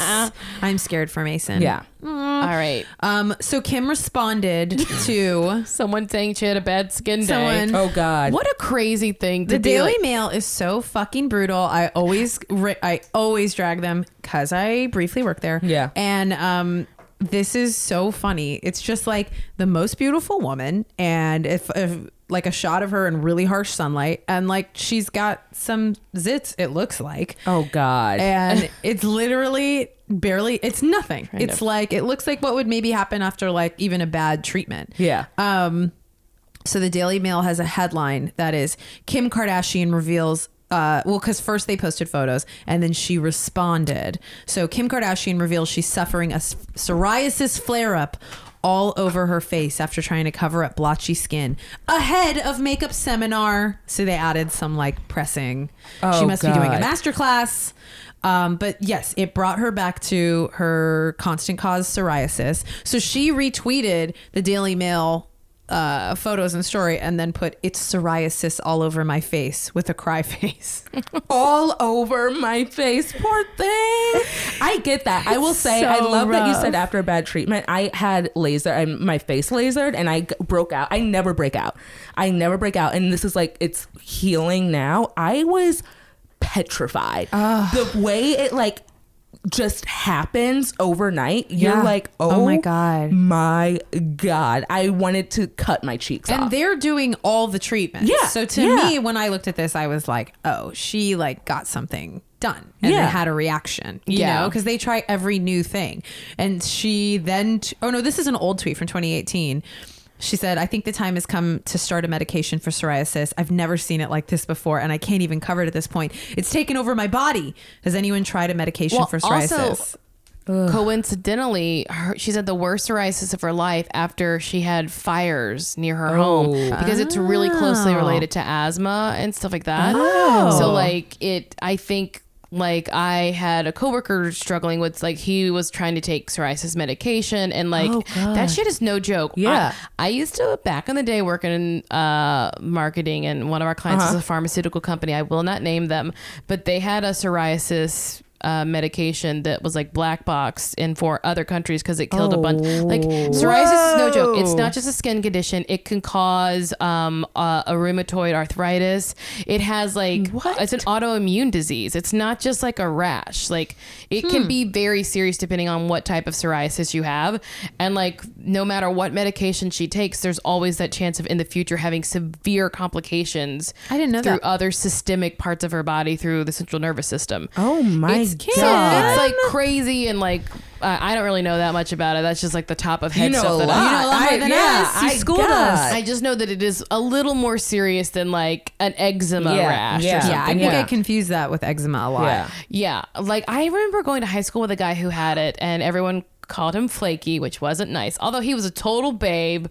Speaker 1: I'm scared for Mason.
Speaker 3: yeah.
Speaker 2: All right.
Speaker 1: Um. So Kim responded to
Speaker 2: Someone saying she had a bad skin day.
Speaker 1: Someone-
Speaker 3: Oh God.
Speaker 2: What a crazy thing. To
Speaker 1: the
Speaker 2: be
Speaker 1: Daily
Speaker 2: like-
Speaker 1: Mail is so fucking brutal. I always ri- I always drag them because I briefly worked there.
Speaker 3: Yeah.
Speaker 1: and um. This is so funny. It's just like the most beautiful woman, and if, if like a shot of her in really harsh sunlight, and like she's got some zits, it looks like.
Speaker 3: Oh
Speaker 2: *laughs*
Speaker 3: God.
Speaker 1: And it's literally barely, it's nothing. it's
Speaker 2: of.
Speaker 1: like, it looks like what would maybe happen after like even a bad treatment.
Speaker 3: yeah.
Speaker 1: Um, so the Daily Mail has a headline that is Kim Kardashian reveals uh, well, because first they posted photos and then she responded. So Kim Kardashian reveals she's suffering a s- psoriasis flare up all over her face after trying to cover up blotchy skin ahead of makeup seminar. So they added some like pressing.
Speaker 3: Oh,
Speaker 1: she must be doing a
Speaker 3: God.
Speaker 1: masterclass. Um, but yes, it brought her back to her constant cause psoriasis. So she retweeted the Daily Mail uh, photos and story and then put it's psoriasis all over my face with a cry *laughs* face.
Speaker 3: all over my face. Poor thing. I get that. I will say, I
Speaker 2: so
Speaker 3: love that you
Speaker 2: rough.
Speaker 3: said after a bad treatment, I had laser and my face lasered and I g- broke out. I never break out. I never break out. And this is like, it's healing now. I was petrified. The way it like, just happens overnight. You're
Speaker 1: Yeah.
Speaker 3: like, oh,
Speaker 1: Oh my God.
Speaker 3: my god! I wanted to cut my cheeks
Speaker 1: and
Speaker 3: off.
Speaker 1: they're doing all the treatments.
Speaker 3: Yeah,
Speaker 1: So to
Speaker 3: yeah.
Speaker 1: me, when I looked at this, I was like, oh, she like got something done and
Speaker 3: Yeah.
Speaker 1: then had a reaction, you
Speaker 2: Yeah.
Speaker 1: know, because they try every new thing. And she then, t- oh no, this is an old tweet from 2018. She said, I think the time has come to start a medication for psoriasis. I've never seen it like this before, and I can't even cover it at this point. It's taken over my body. Has anyone tried a medication
Speaker 2: Well,
Speaker 1: for
Speaker 2: also,
Speaker 1: psoriasis?
Speaker 2: coincidentally, her, she's had the worst psoriasis of her life after she had fires near her home because it's really closely
Speaker 1: Oh.
Speaker 2: related to asthma and stuff like that. So like it, I think like I had a coworker struggling with like he was trying to take psoriasis medication and like that shit is no joke.
Speaker 3: Yeah.
Speaker 2: I, I used to back in the day working in uh, marketing and one of our clients was a pharmaceutical company. I will not name them, but they had a psoriasis uh, medication that was like black box in four other countries because it killed a bunch. Like psoriasis is no joke. It's not just a skin condition. It can cause um, uh, a rheumatoid arthritis. It has like it's an autoimmune disease. It's not just like a rash. Like it can
Speaker 1: Hmm.
Speaker 2: be very serious depending on what type of psoriasis you have, and like no matter what medication she takes, there's always that chance of in the future having severe complications.
Speaker 1: I didn't know
Speaker 2: through
Speaker 1: that.
Speaker 2: other systemic parts of her body through the central nervous system.
Speaker 3: oh my
Speaker 2: It's,
Speaker 3: god!
Speaker 2: so it's like crazy and like uh, I don't really know that much about it. That's just like the top of head
Speaker 3: know
Speaker 2: stuff
Speaker 3: a
Speaker 2: that
Speaker 3: lot.
Speaker 2: I,
Speaker 1: You know a lot
Speaker 3: I-
Speaker 1: more than
Speaker 3: yeah,
Speaker 1: us. You
Speaker 3: I
Speaker 1: schooled
Speaker 3: got
Speaker 1: us.
Speaker 2: Uh, I just know that it is a little more serious than like an eczema
Speaker 3: Yeah,
Speaker 2: rash.
Speaker 3: yeah.
Speaker 2: Or something.
Speaker 1: yeah, I think
Speaker 3: Yeah.
Speaker 1: I confused that with eczema a lot.
Speaker 3: Yeah.
Speaker 2: Yeah. Like I remember going to high school with a guy who had it and everyone called him flaky, which wasn't nice. Although he was a total babe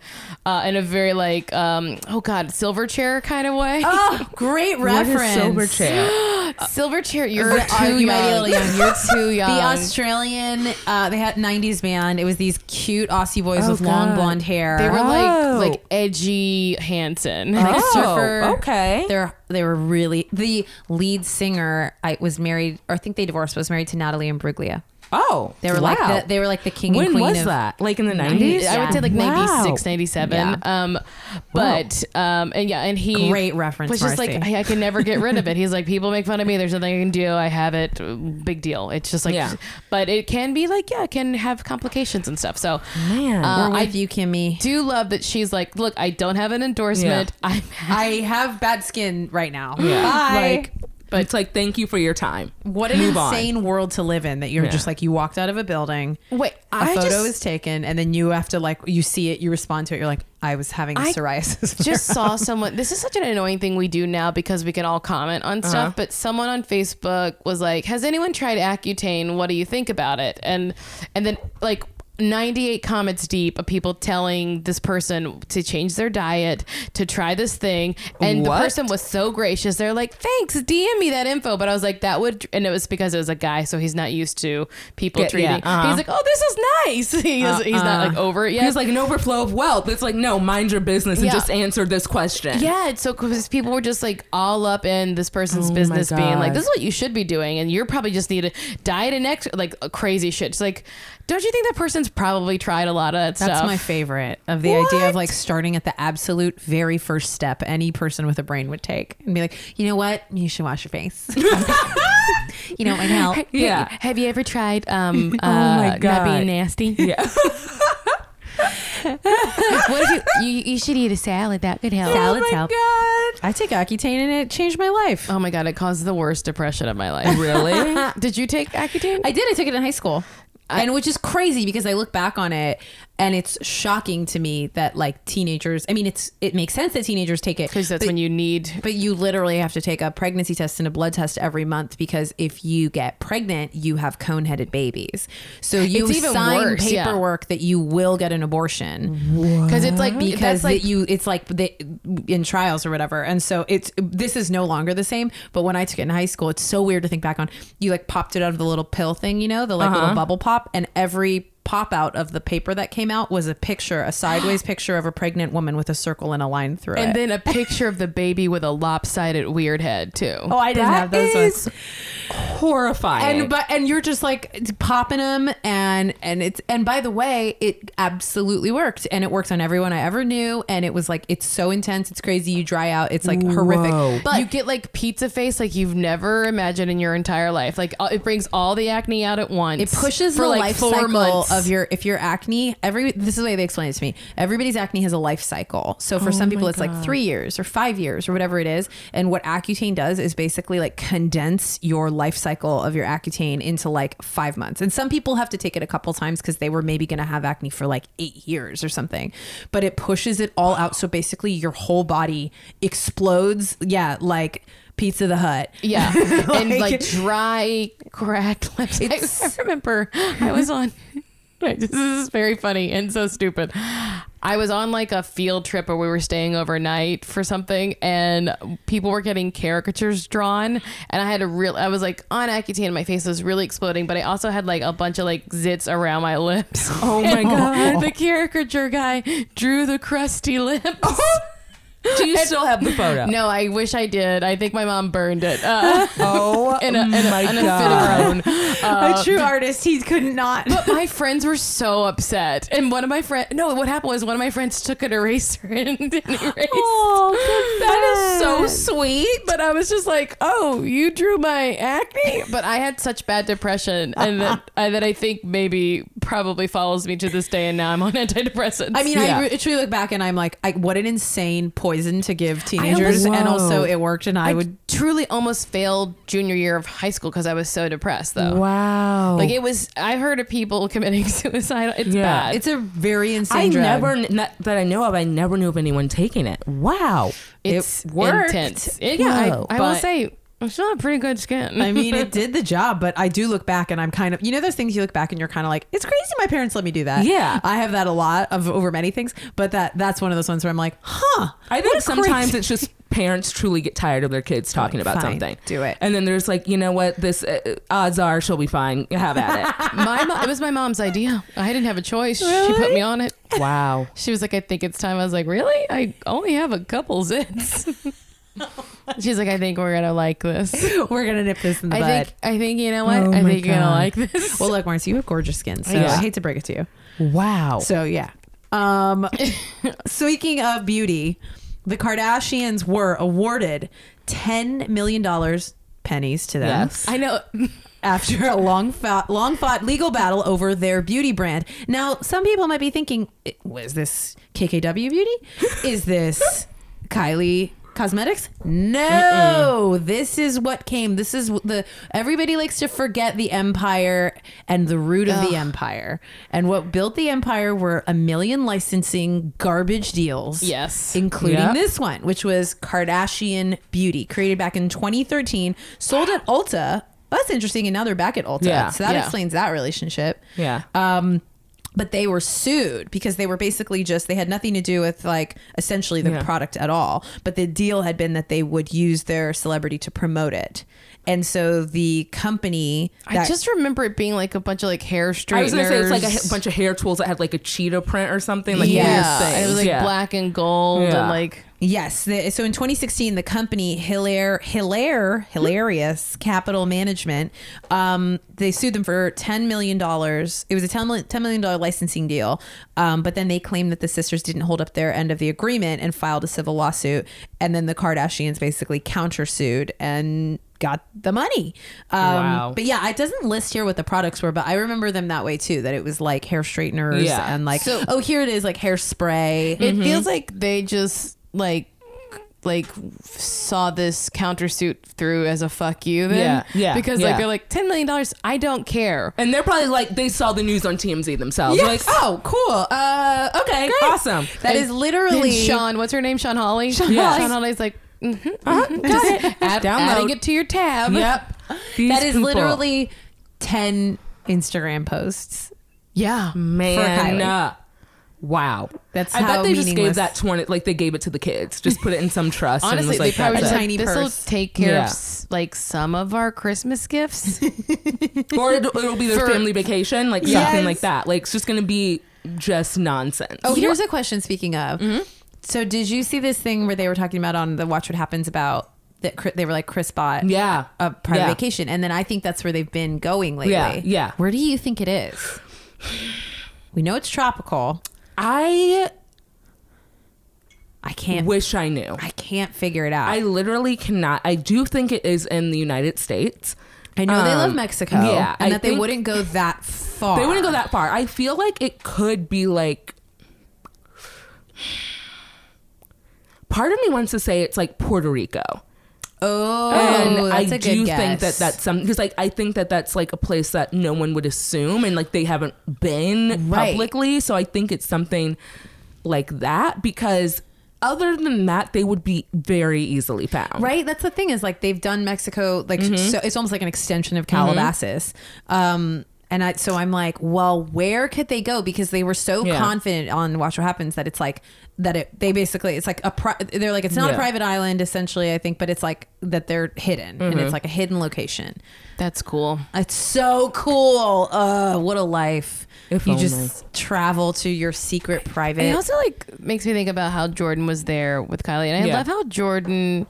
Speaker 2: uh, in a very like, um, oh God, silver chair kind of way.
Speaker 1: Oh, great
Speaker 3: What is
Speaker 1: reference.
Speaker 3: sober chair?
Speaker 2: *laughs* silver chair. You're
Speaker 1: That are-
Speaker 2: too
Speaker 1: you might be a
Speaker 2: young.
Speaker 1: little young.
Speaker 2: You're too young.
Speaker 1: The Australian, uh, they had '90s band. It was these cute Aussie boys with long
Speaker 3: God.
Speaker 1: blonde hair.
Speaker 2: They were
Speaker 3: Oh.
Speaker 2: like like edgy Hanson. *laughs*
Speaker 1: like
Speaker 3: Oh,
Speaker 1: surfer.
Speaker 3: okay.
Speaker 1: They're they were really the lead singer. I was married, or I think they divorced. Was married to Natalie Imbruglia.
Speaker 3: *gasps* Oh,
Speaker 1: They were like
Speaker 3: wow.
Speaker 1: the, they were like the king
Speaker 3: when
Speaker 1: and queen.
Speaker 3: was
Speaker 1: of,
Speaker 3: that? Like in the nineties?
Speaker 1: Nineties?
Speaker 2: I would say like
Speaker 3: Wow.
Speaker 2: 96, 97.
Speaker 1: Yeah.
Speaker 2: Um, but um, and yeah, and he
Speaker 1: Great reference,
Speaker 2: was just like
Speaker 1: Marcy.
Speaker 2: I, I can never get rid of it. He's like people make fun of me. There's nothing I can do. I have it. Big deal. It's just like,
Speaker 3: Yeah.
Speaker 2: but it can be like yeah, it can have complications and stuff. So
Speaker 3: Man.
Speaker 2: uh,
Speaker 1: We're
Speaker 2: I
Speaker 1: with you, Kimmy.
Speaker 2: do love that she's like, look, I don't have an endorsement.
Speaker 3: Yeah.
Speaker 2: I'm
Speaker 1: *laughs* I have bad skin right now.
Speaker 3: Like, but it's like thank you for your time.
Speaker 1: what an
Speaker 3: Move on.
Speaker 1: insane world to live in that you're
Speaker 3: Yeah.
Speaker 1: just like you walked out of a building.
Speaker 2: Wait,
Speaker 1: a
Speaker 2: I
Speaker 1: photo
Speaker 2: just-
Speaker 1: is taken, and then you have to like you see it, you respond to it. You're like, I was having a
Speaker 2: I
Speaker 1: psoriasis.
Speaker 2: just saw someone this is such an annoying thing we do now because we can all comment on
Speaker 3: Uh-huh.
Speaker 2: stuff but someone on facebook was like has anyone tried accutane what do you think about it and and then like 98 comments deep of people telling this person to change their diet to try this thing and
Speaker 3: What?
Speaker 2: the person was so gracious they're like thanks dm me that info but i was like that would and it was because it was a guy so he's not used to people
Speaker 3: Yeah,
Speaker 2: treating
Speaker 3: uh-huh. Uh-uh.
Speaker 2: he's like oh this is nice *laughs* he is, he's not like over it yet
Speaker 3: He was like an overflow of wealth. It's like no, mind your business and
Speaker 2: Yeah.
Speaker 3: just answer this question.
Speaker 2: Yeah, it's so because people were just like all up in this person's business, being like,
Speaker 3: God.
Speaker 2: "This is what you should be doing," and you're probably just need a diet and ex like uh, crazy shit. It's like, don't you think that person's probably tried a lot of that
Speaker 1: That's
Speaker 2: stuff?
Speaker 1: my favorite of the idea of like starting at the absolute very first step any person with a brain would take and be like, you know what, you should wash your *laughs* face. you know, it might help.
Speaker 3: Yeah.
Speaker 2: Have you ever
Speaker 1: *laughs*
Speaker 2: tried um
Speaker 1: Oh
Speaker 2: uh,
Speaker 3: my
Speaker 2: not
Speaker 3: God.
Speaker 2: being nasty?
Speaker 3: *laughs* Yeah.
Speaker 2: what if you, you you should eat a salad? That could help.
Speaker 1: Salads
Speaker 3: oh my
Speaker 1: help.
Speaker 3: god.
Speaker 1: I took Accutane and it changed my life.
Speaker 2: Oh my god, it caused the worst depression of my life.
Speaker 3: Really?
Speaker 2: *laughs* Did you take Accutane?
Speaker 1: I did. I took it in high school. and which is crazy because I look back on it and it's shocking to me that like teenagers. I mean, it's it makes sense that teenagers take it
Speaker 2: because that's
Speaker 1: but-
Speaker 2: when you need.
Speaker 1: But you literally have to take a pregnancy test and a blood test every month because if you get pregnant, you have cone headed babies. So you
Speaker 2: It's even
Speaker 1: sign
Speaker 2: worse, yeah.
Speaker 1: paperwork that you will get an abortion
Speaker 2: Because it's like
Speaker 1: because
Speaker 2: that's like
Speaker 1: that you it's like the, in trials or whatever and so it's this is no longer the same but when i took it in high school it's so weird to think back on you like popped it out of the little pill thing you know the like
Speaker 2: Uh-huh.
Speaker 1: little bubble pop and every pop out of the paper that came out was a picture a
Speaker 2: *gasps*
Speaker 1: sideways picture of a pregnant woman with a circle and a line through it
Speaker 2: and then a picture of the baby with a lopsided weird head too.
Speaker 1: oh i didn't have those ones
Speaker 3: horrifying.
Speaker 1: and but and you're just like popping them and and it's and by the way it absolutely worked and it worked on everyone i ever knew and it was like it's so intense it's crazy you dry out it's like horrific
Speaker 2: But you get like pizza face like you've never imagined in your entire life. Like uh, it brings all the acne out at once.
Speaker 1: it pushes
Speaker 2: for
Speaker 1: the
Speaker 2: like
Speaker 1: life
Speaker 2: four
Speaker 1: cycle
Speaker 2: months.
Speaker 1: of your if your acne every this is the way they explain it to me everybody's acne has a life cycle so
Speaker 2: Oh
Speaker 1: for some people it's like three years or five years or whatever it is and what accutane does is basically like condense your life cycle of your accutane into like five months and some people have to take it a couple times because they were maybe going to have acne for like eight years or something but it pushes it all out so basically your whole body explodes yeah like pizza the hut *laughs*
Speaker 2: Yeah. and
Speaker 1: Like-
Speaker 2: like dry, cracked lips. I-
Speaker 1: It's-
Speaker 2: I, *laughs* remember I was on. *laughs* this is very funny and so stupid. I was on like a field trip where we were staying overnight for something, and people were getting caricatures drawn. And I had a real, I was like on Accutane, and my face was really exploding, but I also had like a bunch of like zits around my *laughs* lips. *laughs*
Speaker 3: oh my god.
Speaker 2: the caricature guy drew the crusty lips.
Speaker 3: Do you still have the photo?
Speaker 2: Oh, No, I wish I did. I think my mom burned it. *laughs* Uh,
Speaker 3: Oh
Speaker 2: in a, in a,
Speaker 3: my
Speaker 2: in a
Speaker 3: god.
Speaker 2: fit of her own.
Speaker 1: a true artist he could not
Speaker 2: uh, But my friends were so upset, and one of my friend no, what happened was one of my friends took an eraser and *laughs* erased. Oh, that is so sweet. But I was just like, oh, you drew my acne. But I had such bad depression, and *laughs* that, I, that I think maybe probably follows me to this day, and now I'm on antidepressants.
Speaker 1: I mean,
Speaker 3: Yeah.
Speaker 1: I re- truly look back and I'm like, I, what an insane poison to give teenagers,
Speaker 3: almost-
Speaker 1: and
Speaker 3: Whoa.
Speaker 1: also it worked, and I,
Speaker 2: I
Speaker 1: would.
Speaker 2: truly almost failed junior year of high school because I was so depressed, though.
Speaker 3: Wow.
Speaker 2: Like it was, I heard of people *laughs* committing suicide. It's
Speaker 3: Yeah.
Speaker 2: bad.
Speaker 1: It's a very insane.
Speaker 3: I
Speaker 1: drug.
Speaker 3: never kn- not, that I know of. I never knew of anyone taking it. Wow.
Speaker 2: it's
Speaker 1: It worked.
Speaker 2: intense. It- yeah,
Speaker 3: Whoa.
Speaker 2: I, I will
Speaker 1: But-
Speaker 2: say, I still have pretty good
Speaker 1: *laughs*
Speaker 2: skin.
Speaker 1: I mean, it did the job, but I do look back and I'm kind of, you know, those things you look back and you're kind of like, it's crazy my parents let me do that.
Speaker 3: Yeah.
Speaker 1: I have that a lot of over many things, but that that's one of those ones where I'm like, huh.
Speaker 3: I
Speaker 1: what
Speaker 3: think
Speaker 1: a
Speaker 3: sometimes
Speaker 1: crazy-
Speaker 3: it's just parents truly get tired of their kids talking about
Speaker 1: fine,
Speaker 3: something.
Speaker 1: do it.
Speaker 3: And then there's like, you know what? This uh, odds are she'll be fine. Have
Speaker 2: *laughs*
Speaker 3: at
Speaker 2: my mom, it was my mom's idea. I didn't have a choice. She put me on it.
Speaker 1: *laughs*
Speaker 3: it. wow.
Speaker 2: She was like, "I think it's time." I was like, "Really? I only have a couple zits." *laughs* She's like, "I think we're gonna like this."
Speaker 1: *laughs* we're gonna nip this in the
Speaker 2: I
Speaker 1: bud.
Speaker 2: think, I think you know what?
Speaker 3: Oh
Speaker 2: I
Speaker 3: my
Speaker 2: think you're gonna
Speaker 3: God.
Speaker 2: like this.
Speaker 1: well, look, Marcy, you have gorgeous skin, so
Speaker 3: Yeah.
Speaker 1: I hate to break it to you.
Speaker 3: Wow.
Speaker 1: So yeah. Um, speaking of beauty, the Kardashians were awarded ten million dollars pennies to them
Speaker 3: Yes.
Speaker 2: I know.
Speaker 1: after a long fought, long fought legal battle over their beauty brand. Now, some people might be thinking, "I- was this KKW Beauty? Is this Kylie? Cosmetics? No. This is what came. This is the everybody likes to forget the empire and the root of the empire. And what built the empire were a million licensing garbage deals.
Speaker 2: Yes.
Speaker 1: Including
Speaker 3: Yep.
Speaker 1: this this one, which was Kardashian Beauty, created back in 2013, sold at Ulta. That's interesting. And now they're back at Ulta.
Speaker 3: Yeah.
Speaker 1: So that
Speaker 2: Yeah.
Speaker 1: explains that relationship.
Speaker 3: Yeah.
Speaker 1: Um, but they were sued because they were basically just, they had nothing to do with like essentially the
Speaker 3: Yeah.
Speaker 1: product at all. But the deal had been that they would use their celebrity to promote it. And so the company.
Speaker 2: I
Speaker 1: that-
Speaker 2: just remember it being like a bunch of like hair straighteners.
Speaker 3: I was gonna say it's like a h- bunch of hair tools that had like a cheetah print or something. Like
Speaker 2: yeah,
Speaker 3: weird things.
Speaker 2: it was like
Speaker 3: Yeah.
Speaker 2: black and gold
Speaker 3: Yeah.
Speaker 2: and like
Speaker 1: Yes. The, so in 2016, the company Hilaire, Hilaire, Hilarious Capital Management, um, they sued them for $10 million. It was a $10 million, $10 million licensing deal. Um, but then they claimed that the sisters didn't hold up their end of the agreement and filed a civil lawsuit. And then the Kardashians basically countersued and got the money. Um,
Speaker 3: Wow.
Speaker 1: But yeah, it doesn't list here what the products were, but I remember them that way too, that it was like hair straighteners
Speaker 3: Yeah.
Speaker 1: and like,
Speaker 2: So-
Speaker 3: Mm-hmm.
Speaker 1: oh, here it is, like hairspray.
Speaker 2: It feels like they just like like saw this countersuit through as a fuck you then.
Speaker 3: Yeah, yeah,
Speaker 2: Because like
Speaker 3: yeah.
Speaker 2: they're like ten million dollars. I don't care.
Speaker 3: And they're probably like they saw the news on TMZ themselves.
Speaker 1: Yes.
Speaker 3: Like,
Speaker 1: oh, cool. Uh, okay.
Speaker 3: okay, awesome.
Speaker 1: That is literally
Speaker 2: And Sean, what's her name? Sean Holly. Sean,
Speaker 3: Holly.
Speaker 2: Holly's like mm-hmm,
Speaker 3: Uh-huh, Got it.
Speaker 2: add, adding it to your
Speaker 1: *laughs*
Speaker 2: tab.
Speaker 3: Yep. These
Speaker 1: that is
Speaker 3: people.
Speaker 1: literally ten Instagram posts.
Speaker 2: Yeah.
Speaker 1: Kylie.
Speaker 3: man. uh, wow.
Speaker 1: That's
Speaker 3: I
Speaker 1: how
Speaker 3: bet they just gave
Speaker 1: meaningless-
Speaker 3: that twenty like they gave it to the kids. Just put it in some trust. and
Speaker 2: Honestly,
Speaker 3: was like,
Speaker 2: they probably
Speaker 1: that's
Speaker 2: just
Speaker 1: it.
Speaker 2: like,
Speaker 1: Tiny
Speaker 2: this will
Speaker 1: purse.
Speaker 2: take care
Speaker 3: Yeah.
Speaker 2: of s- like some of our Christmas
Speaker 3: *laughs*
Speaker 2: gifts.
Speaker 3: or it'll, it'll be their
Speaker 2: For-
Speaker 3: family vacation, like
Speaker 2: Yes.
Speaker 3: something like that. Like it's just gonna be just nonsense.
Speaker 1: Oh, here's a question. Speaking of,
Speaker 3: Mm-hmm.
Speaker 1: so did you see this thing where they were talking about on the Watch What Happens about that Chri- they were like Chris bought
Speaker 3: Yeah.
Speaker 1: a private
Speaker 3: Yeah.
Speaker 1: vacation, and then I think that's where they've been going lately.
Speaker 3: Yeah, yeah.
Speaker 1: Where do you think it is? We know it's tropical.
Speaker 3: I
Speaker 1: I can't.
Speaker 3: wish I knew.
Speaker 1: I can't figure it out.
Speaker 3: I literally cannot. I do think it is in the United States.
Speaker 1: I know they
Speaker 3: Um,
Speaker 1: love Mexico.
Speaker 3: yeah,
Speaker 1: and
Speaker 3: I
Speaker 1: that they
Speaker 3: think-
Speaker 1: wouldn't go that far.
Speaker 3: They wouldn't go that far. I feel like it could be like. *sighs* Part of me wants to say it's like Puerto Rico.
Speaker 1: Oh,
Speaker 3: and I
Speaker 1: that's a good
Speaker 3: do
Speaker 1: guess.
Speaker 3: think that that's some because like I think that that's like a place that no one would assume and like they haven't been
Speaker 1: Right.
Speaker 3: publicly. So I think it's something like that because other than that they would be very easily found.
Speaker 1: right. That's the thing is like they've done Mexico like so it's almost like an extension of Calabasas. Um, and I so I'm like, well, where could they go? Because they were so
Speaker 3: Yeah.
Speaker 1: confident on Watch What Happens that it's like that it they basically it's like a pri- they're like it's not a
Speaker 3: Yeah.
Speaker 1: private island essentially I think, but it's like that they're hidden and it's like a hidden location.
Speaker 2: That's cool.
Speaker 1: It's so cool. Uh, what a life.
Speaker 3: If
Speaker 1: you
Speaker 3: only.
Speaker 1: just travel to your secret private.
Speaker 2: It also like makes me think about how Jordan was there with Kylie, and I
Speaker 3: Yeah.
Speaker 2: love how Jordan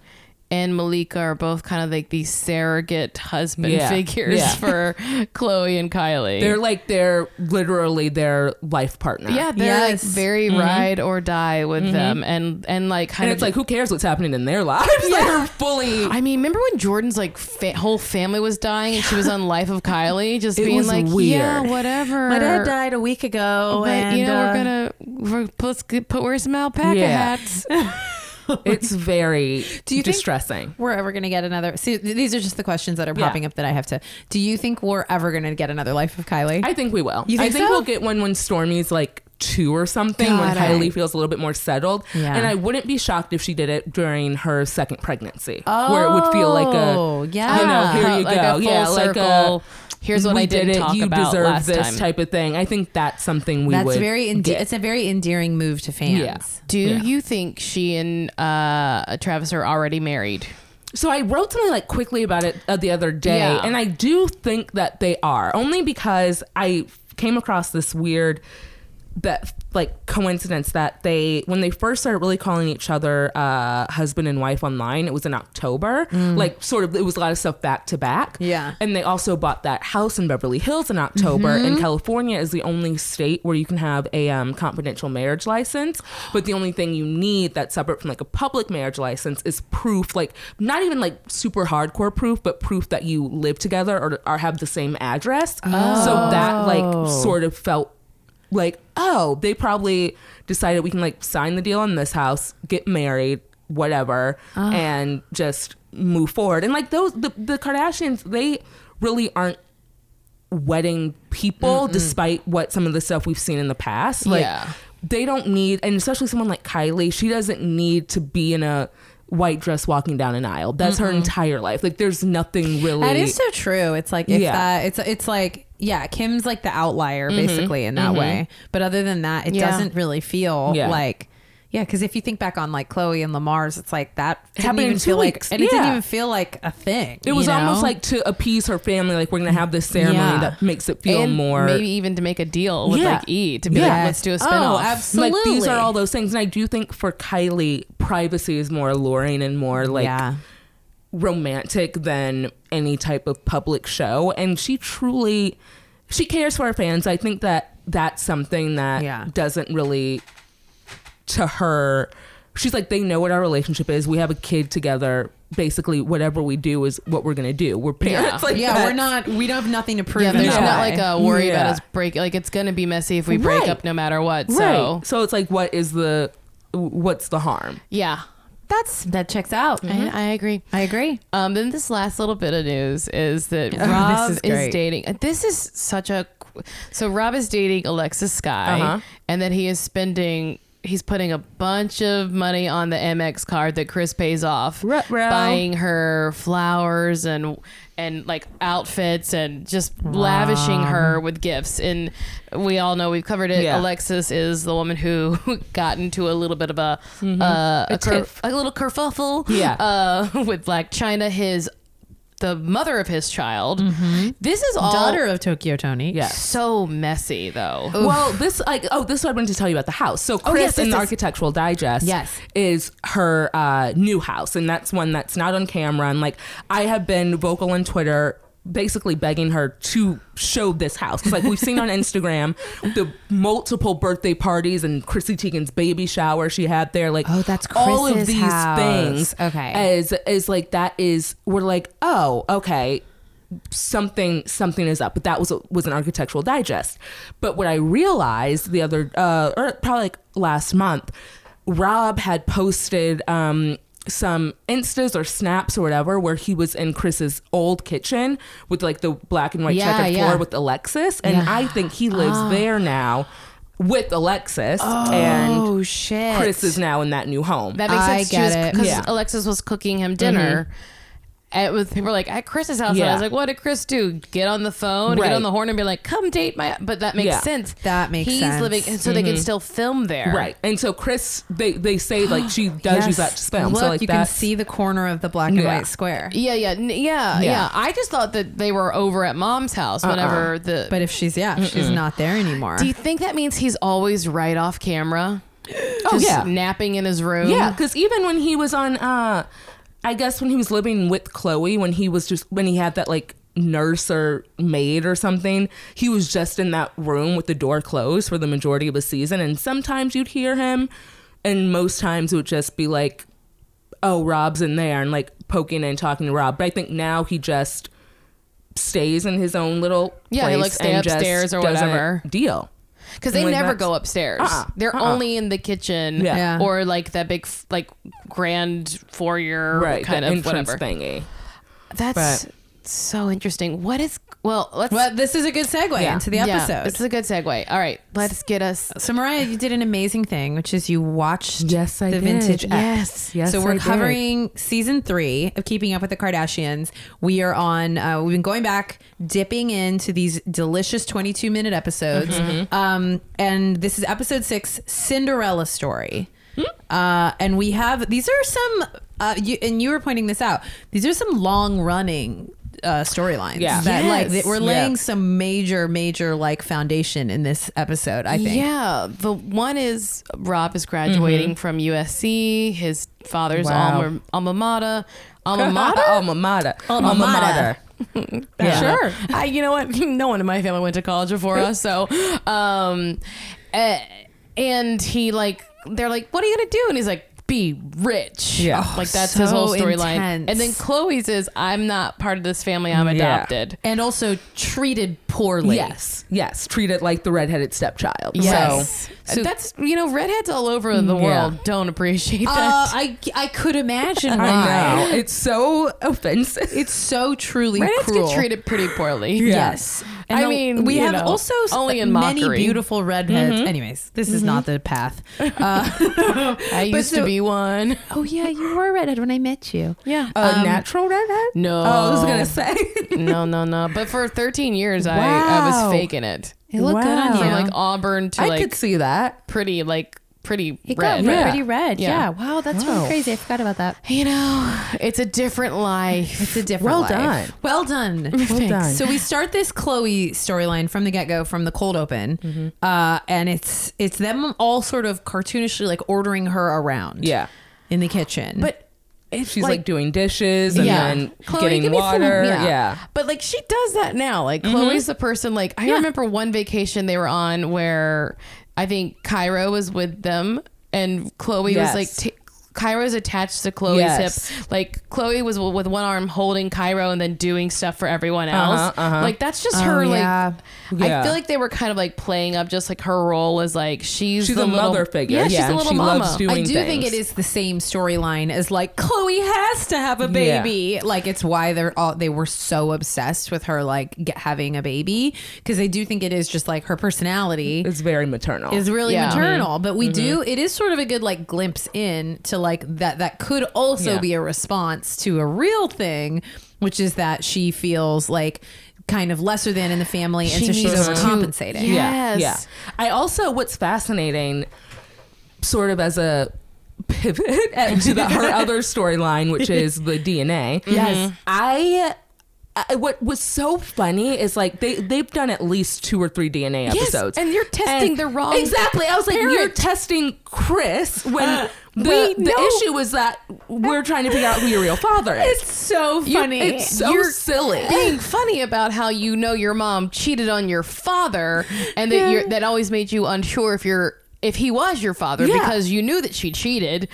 Speaker 2: and Malika are both kind of like these surrogate husband
Speaker 3: Yeah.
Speaker 2: figures
Speaker 3: Yeah.
Speaker 2: *laughs* for Chloe and Kylie.
Speaker 3: They're like they're literally their life partner.
Speaker 2: yeah, they're
Speaker 1: Yes.
Speaker 2: like very ride or die with them, and and like kind
Speaker 3: Mm-hmm. And
Speaker 2: of
Speaker 3: it's like, who cares what's happening in their *laughs* lives? Yeah. They're fully.
Speaker 2: I mean, remember when Jordan's like fa- whole family was dying and she was on Life of
Speaker 3: *sighs*
Speaker 2: Kylie, just
Speaker 3: It
Speaker 2: being
Speaker 3: was
Speaker 2: like, "Yeah,
Speaker 3: weird.
Speaker 2: whatever."
Speaker 1: My dad died a week ago,
Speaker 2: But
Speaker 1: and
Speaker 2: you know,
Speaker 1: uh,
Speaker 2: we're gonna we're, let's get, put wear some alpaca
Speaker 3: Yeah.
Speaker 2: hats.
Speaker 3: It's very
Speaker 1: Do you think-
Speaker 3: distressing.
Speaker 1: we're ever gonna get another. See, th- these are just the questions that are
Speaker 3: Yeah.
Speaker 1: popping up that I have to. Do you think we're ever gonna get another Life of Kylie?
Speaker 3: I think we will.
Speaker 1: You think
Speaker 3: I think
Speaker 1: so?
Speaker 3: we'll get one when Stormy's like two or something, when
Speaker 1: Got it.
Speaker 3: Kylie feels a little bit more settled.
Speaker 1: Yeah.
Speaker 3: And I wouldn't be shocked if she did it during her second pregnancy, where it would feel like
Speaker 1: Oh,
Speaker 3: a,
Speaker 1: yeah.
Speaker 3: you know, here you
Speaker 2: like
Speaker 3: go,
Speaker 2: a full
Speaker 3: yeah, like a.
Speaker 2: circle. Here's what
Speaker 3: we
Speaker 2: I didn't
Speaker 3: did it.
Speaker 2: talk
Speaker 3: you
Speaker 2: about
Speaker 3: deserve
Speaker 2: last
Speaker 3: this
Speaker 2: time.
Speaker 3: type of thing. I think that's something we
Speaker 1: That's
Speaker 3: would.
Speaker 1: very ende-
Speaker 3: get.
Speaker 1: it's a very endearing move to fans.
Speaker 3: Yeah.
Speaker 2: Do you think she and uh, Travis are already married?
Speaker 3: So I wrote something like quickly about it uh, the other day,
Speaker 2: Yeah.
Speaker 3: and I do think that they are only because I came across this weird that like coincidence that they when they first started really calling each other uh, husband and wife online it was in october like sort of it was a lot of stuff back to back
Speaker 1: Yeah.
Speaker 3: and they also bought that house in beverly hills in october and california is the only state where you can have a um, confidential marriage license but the only thing you need that's separate from like a public marriage license is proof like not even like super hardcore proof but proof that you live together or, or have the same address so that like
Speaker 1: Oh.
Speaker 3: sort of felt like, oh, they probably decided we can like sign the deal on this house, get married, whatever,
Speaker 1: Ah.
Speaker 3: and just move forward. And like those, the, the Kardashians, they really aren't wedding people, despite what some of the stuff we've seen in the past. Like,
Speaker 2: Yeah.
Speaker 3: they don't need, and especially someone like Kylie, she doesn't need to be in a white dress walking down an aisle. That's her entire life. Like, there's nothing really.
Speaker 1: That is so true. It's like if
Speaker 3: Yeah. Mm-hmm.
Speaker 1: that it's it's like yeah, Kim's like the outlier basically in that way. But other than that, it
Speaker 2: Yeah.
Speaker 1: doesn't really feel
Speaker 3: Yeah.
Speaker 1: like yeah, because if you think back on like Chloe and Lamar's, it's like that didn't
Speaker 3: happened in
Speaker 1: even
Speaker 3: two
Speaker 1: feel
Speaker 3: weeks.
Speaker 1: like, and it didn't
Speaker 3: Yeah.
Speaker 1: even feel like a thing.
Speaker 3: It was
Speaker 1: you know?
Speaker 3: almost like to appease her family, like we're gonna have this ceremony
Speaker 1: Yeah.
Speaker 3: that makes it feel
Speaker 2: and
Speaker 3: more
Speaker 2: maybe even to make a deal with
Speaker 3: Yeah.
Speaker 2: like E to be like,
Speaker 1: Yes.
Speaker 2: let's do a
Speaker 1: Oh,
Speaker 2: spinoff.
Speaker 1: absolutely.
Speaker 3: Like these are all those things, and I do think for Kylie, privacy is more alluring and more like
Speaker 1: yeah.
Speaker 3: romantic than any type of public show. And she truly, she cares for her fans. I think that that's something that
Speaker 1: Yeah.
Speaker 3: doesn't really to her. She's like, they know what our relationship is. We have a kid together. Basically, whatever we do is what we're gonna do. We're parents. *laughs* *laughs* Like
Speaker 1: yeah, we're
Speaker 3: that's-
Speaker 1: not. We don't have nothing to prove.
Speaker 2: Yeah,
Speaker 1: in
Speaker 2: there's
Speaker 1: that
Speaker 2: not
Speaker 1: way.
Speaker 2: like a worry
Speaker 3: Yeah.
Speaker 2: about us break. Like it's gonna be messy if we break
Speaker 3: Right.
Speaker 2: up no matter what. So
Speaker 3: Right. So it's like, what is the, what's the harm?
Speaker 2: yeah,
Speaker 1: That's that checks out.
Speaker 3: Mm-hmm.
Speaker 2: I, I agree.
Speaker 1: I agree.
Speaker 2: Um, then this last little bit of news is that Rob
Speaker 1: is
Speaker 2: is,
Speaker 1: great.
Speaker 2: dating. This is such a. So Rob is dating Alexis Sky,
Speaker 3: Uh-huh.
Speaker 2: and then he is spending. He's putting a bunch of money on the MX card that Chris pays off,
Speaker 3: Ruh-roh.
Speaker 2: buying her flowers and and like outfits and just lavishing her with gifts. And we all know we've covered it.
Speaker 3: Yeah.
Speaker 2: Alexis is the woman who *laughs* got into a little bit of a uh, a, cur-
Speaker 3: tiff.
Speaker 2: a little kerfuffle
Speaker 3: Yeah.
Speaker 2: *laughs* uh, with Black China, his the mother of his child. This is all
Speaker 1: Daughter of Tokyo Tony.
Speaker 3: Yeah.
Speaker 2: so messy though.
Speaker 3: Well, this like oh, this is what I wanted to tell you about the house. So Chris
Speaker 1: Oh, yes, yes,
Speaker 3: in the
Speaker 1: yes.
Speaker 3: Architectural Digest
Speaker 1: Yes.
Speaker 3: is her uh, new house, and that's one that's not on camera. And like I have been vocal on Twitter. Basically begging her to show this house. 'Cause, Like we've seen on Instagram, the multiple birthday parties and Chrissy Teigen's baby shower she had there. Like
Speaker 1: Oh, that's
Speaker 3: all of
Speaker 1: Chris's
Speaker 3: these
Speaker 1: house.
Speaker 3: things.
Speaker 1: Okay.
Speaker 3: is is like that is we're like oh okay something something is up but that was was an architectural digest but what i realized the other uh or probably like last month rob had posted um some instas or snaps or whatever where he was in chris's old kitchen with like the black and white
Speaker 1: Yeah,
Speaker 3: checkered
Speaker 1: yeah. Oh.
Speaker 3: floor with alexis and i think he lives there now with alexis and
Speaker 1: Oh shit.
Speaker 3: chris is now in that new home
Speaker 2: that makes
Speaker 1: I
Speaker 2: sense.
Speaker 1: get it.
Speaker 2: Because
Speaker 3: Yeah.
Speaker 2: Alexis was cooking him dinner. It was people were like at Chris's house, and I
Speaker 3: Yeah.
Speaker 2: was like, "What did Chris do? Get on the phone,
Speaker 3: Right.
Speaker 2: get on the horn, and be like, come date my.' But that makes
Speaker 3: Yeah.
Speaker 2: sense.
Speaker 1: That makes
Speaker 2: He's
Speaker 1: sense.
Speaker 2: living, and so they can still film there,
Speaker 3: Right. And so Chris, they they say like she does use that to film.
Speaker 1: Look,
Speaker 3: so like
Speaker 1: you can
Speaker 3: that's,
Speaker 1: see the corner of the black and
Speaker 3: Yeah.
Speaker 1: white square.
Speaker 2: Yeah, yeah, n- yeah, yeah, I just thought that they were over at mom's house whenever the.
Speaker 1: But if she's yeah, if she's not there anymore.
Speaker 2: do you think that means he's always right off camera?
Speaker 3: Oh,
Speaker 2: just
Speaker 3: yeah.
Speaker 2: napping in his room.
Speaker 3: Yeah, because even when he was on, uh I guess when he was living with Chloe, when he was just when he had that like nurse or maid or something, he was just in that room with the door closed for the majority of the season. And sometimes you'd hear him, and most times it would just be like, "Oh, Rob's in there," and like poking and talking to Rob. But I think now he just stays in his own little
Speaker 2: Yeah, he,
Speaker 3: place
Speaker 2: like, stay
Speaker 3: and just
Speaker 2: upstairs or
Speaker 3: doesn't
Speaker 2: whatever.
Speaker 3: deal.
Speaker 2: because they
Speaker 3: Like,
Speaker 2: never
Speaker 3: that's-
Speaker 2: go upstairs.
Speaker 3: Uh-uh,
Speaker 2: They're
Speaker 3: uh-uh.
Speaker 2: only in the kitchen,
Speaker 3: Yeah.
Speaker 1: Yeah.
Speaker 2: or like that big, f- like grand foyer
Speaker 3: right
Speaker 2: kind
Speaker 3: the
Speaker 2: of
Speaker 3: entrance
Speaker 2: whatever.
Speaker 3: thingy
Speaker 2: That's so interesting. What is well? Let's
Speaker 1: well, this is a good segue
Speaker 3: Yeah.
Speaker 1: into the
Speaker 2: yeah,
Speaker 1: episode.
Speaker 2: this is a good segue. All right, let's get us.
Speaker 1: So Mariah, you did an amazing thing, which is you watched
Speaker 3: Yes, I
Speaker 1: the
Speaker 3: did.
Speaker 1: vintage X.
Speaker 2: Yes.
Speaker 3: Yes,
Speaker 1: so we're
Speaker 3: I did.
Speaker 1: covering season three of Keeping Up with the Kardashians. We are on. Uh, we've been going back, dipping into these delicious twenty-two minute episodes,
Speaker 3: Mm-hmm.
Speaker 1: um, and this is episode six, Cinderella story.
Speaker 3: Hmm?
Speaker 1: Uh, and we have these are some, uh, you, and you were pointing this out. These are some long running uh, storylines
Speaker 3: Yeah.
Speaker 1: that like
Speaker 2: Yes.
Speaker 1: that we're
Speaker 3: Yeah.
Speaker 1: laying some major, major like foundation in this episode. I think.
Speaker 2: Yeah, the one is Rob is graduating from USC. His father's
Speaker 3: Mm-hmm. Wow.
Speaker 2: alma, alma mater.
Speaker 3: *laughs*
Speaker 2: Alma mater.
Speaker 3: alma mater
Speaker 1: Alma mater.
Speaker 3: Oh, *laughs* Yeah.
Speaker 1: Sure.
Speaker 2: I, you know what? *laughs* No one in my family went to college before us, so, um, eh, and he like, they're like, "What are you gonna do?" And he's like, "Be rich."
Speaker 3: Yeah.
Speaker 2: like that's
Speaker 1: Oh,
Speaker 2: his whole
Speaker 1: so
Speaker 2: storyline.
Speaker 1: intense.
Speaker 2: And then Chloe's is, "I'm not part of this family. I'm
Speaker 3: Yeah.
Speaker 2: adopted."
Speaker 1: and also treated poorly.
Speaker 3: yes yes treat it like the redheaded stepchild so
Speaker 2: Yes,
Speaker 1: So-
Speaker 2: uh, that's you know, redheads all over the
Speaker 3: Yeah.
Speaker 2: world don't appreciate
Speaker 1: Uh,
Speaker 2: that.
Speaker 1: I, *laughs* I could imagine why.
Speaker 3: i know it's so offensive
Speaker 1: It's so truly
Speaker 2: redheads
Speaker 1: cruel.
Speaker 2: get treated pretty poorly.
Speaker 1: Yes.
Speaker 2: I
Speaker 1: the-
Speaker 2: mean,
Speaker 1: we
Speaker 2: you
Speaker 1: have
Speaker 2: know,
Speaker 1: also s-
Speaker 2: only in
Speaker 1: many
Speaker 2: mockery.
Speaker 1: beautiful redheads. Anyways, this is not the *laughs* path. Uh,
Speaker 2: I used
Speaker 1: so-
Speaker 2: to be one.
Speaker 1: oh yeah, you were a redhead when I met you.
Speaker 3: *laughs*
Speaker 2: Yeah.
Speaker 3: a natural redhead
Speaker 2: no.
Speaker 3: oh Um, i was gonna say
Speaker 2: *laughs* no, no, no. But for 13 years, I, I
Speaker 3: Wow.
Speaker 2: was faking it.
Speaker 1: It looked good on
Speaker 3: Wow.
Speaker 1: you.
Speaker 2: From like Auburn to
Speaker 3: Oh. i
Speaker 2: like
Speaker 3: could see that
Speaker 2: pretty, like pretty
Speaker 1: it got
Speaker 2: red.
Speaker 3: Yeah.
Speaker 1: pretty red. Yeah.
Speaker 2: Yeah.
Speaker 1: Wow, *gasps* that's
Speaker 3: Wow.
Speaker 1: really crazy. I forgot about that.
Speaker 2: You know, it's a different life.
Speaker 1: It's a different.
Speaker 3: Well
Speaker 1: life.
Speaker 3: done.
Speaker 1: Well done. *laughs*
Speaker 3: well done
Speaker 1: So we start this Chloe storyline from the get go, from the cold open,
Speaker 2: Mm-hmm.
Speaker 1: uh, and it's it's them all sort of cartoonishly like ordering her around,
Speaker 3: yeah
Speaker 1: in the kitchen.
Speaker 2: But it's
Speaker 3: she's like, doing dishes and
Speaker 2: Yeah.
Speaker 3: then
Speaker 2: Chloe,
Speaker 3: getting
Speaker 2: give me some-
Speaker 3: water
Speaker 2: yeah.
Speaker 3: yeah. Mm-hmm.
Speaker 2: But like she does that now. Like Chloe's the person. Like I remember one vacation they were on where I think Cairo was with them, and Chloe
Speaker 3: Yes.
Speaker 2: was like, t- Kyro's attached to Chloe's
Speaker 3: Yes.
Speaker 2: hip. Like Chloe was with one arm holding Kyro and then doing stuff for everyone else.
Speaker 3: Uh-huh, uh-huh.
Speaker 2: Like that's just her. Like
Speaker 1: yeah.
Speaker 3: Yeah.
Speaker 2: I feel like they were kind of like playing up just like her role as like she's
Speaker 3: She's
Speaker 2: the
Speaker 3: a
Speaker 2: little-
Speaker 3: mother figure.
Speaker 2: Yeah, she's
Speaker 3: Yeah,
Speaker 2: a little
Speaker 3: she
Speaker 2: mama.
Speaker 3: loves doing
Speaker 1: I do think
Speaker 3: things.
Speaker 1: it is the same storyline as like Chloe has to have a
Speaker 3: Yeah.
Speaker 1: baby. Like it's why they're all they were so obsessed with her like get, having a baby because I do think it is just like her personality
Speaker 3: It's very maternal.
Speaker 1: is really
Speaker 2: Yeah.
Speaker 3: Mm-hmm.
Speaker 1: maternal. But we do it is sort of a good like glimpse in to like that that could also
Speaker 3: Yeah.
Speaker 1: be a response to a real thing, which is that she feels like kind of lesser than in the family, and
Speaker 2: She
Speaker 1: so she's
Speaker 2: needs to-
Speaker 1: overcompensating.
Speaker 2: Yeah. Yes.
Speaker 3: Yeah. I also, what's fascinating, sort of as a pivot *laughs* at- to
Speaker 2: *laughs*
Speaker 3: the, her other storyline, which is the DNA. Yes. I. I, what was so funny is like they they've done at least two or three DNA
Speaker 2: Yes,
Speaker 3: episodes,
Speaker 2: and you're testing the wrong
Speaker 3: Exactly, I was like, you're
Speaker 2: parent. Uh,
Speaker 3: testing Chris when the,
Speaker 2: We know.
Speaker 3: the issue was that we're trying to figure out who your real father is.
Speaker 1: It's so
Speaker 2: You-
Speaker 1: funny.
Speaker 3: it's so silly.
Speaker 2: *laughs* Being funny about how you know your mom cheated on your father, and that you're, that always made you unsure if you're if he was your father
Speaker 3: Yeah.
Speaker 2: because you knew that she cheated.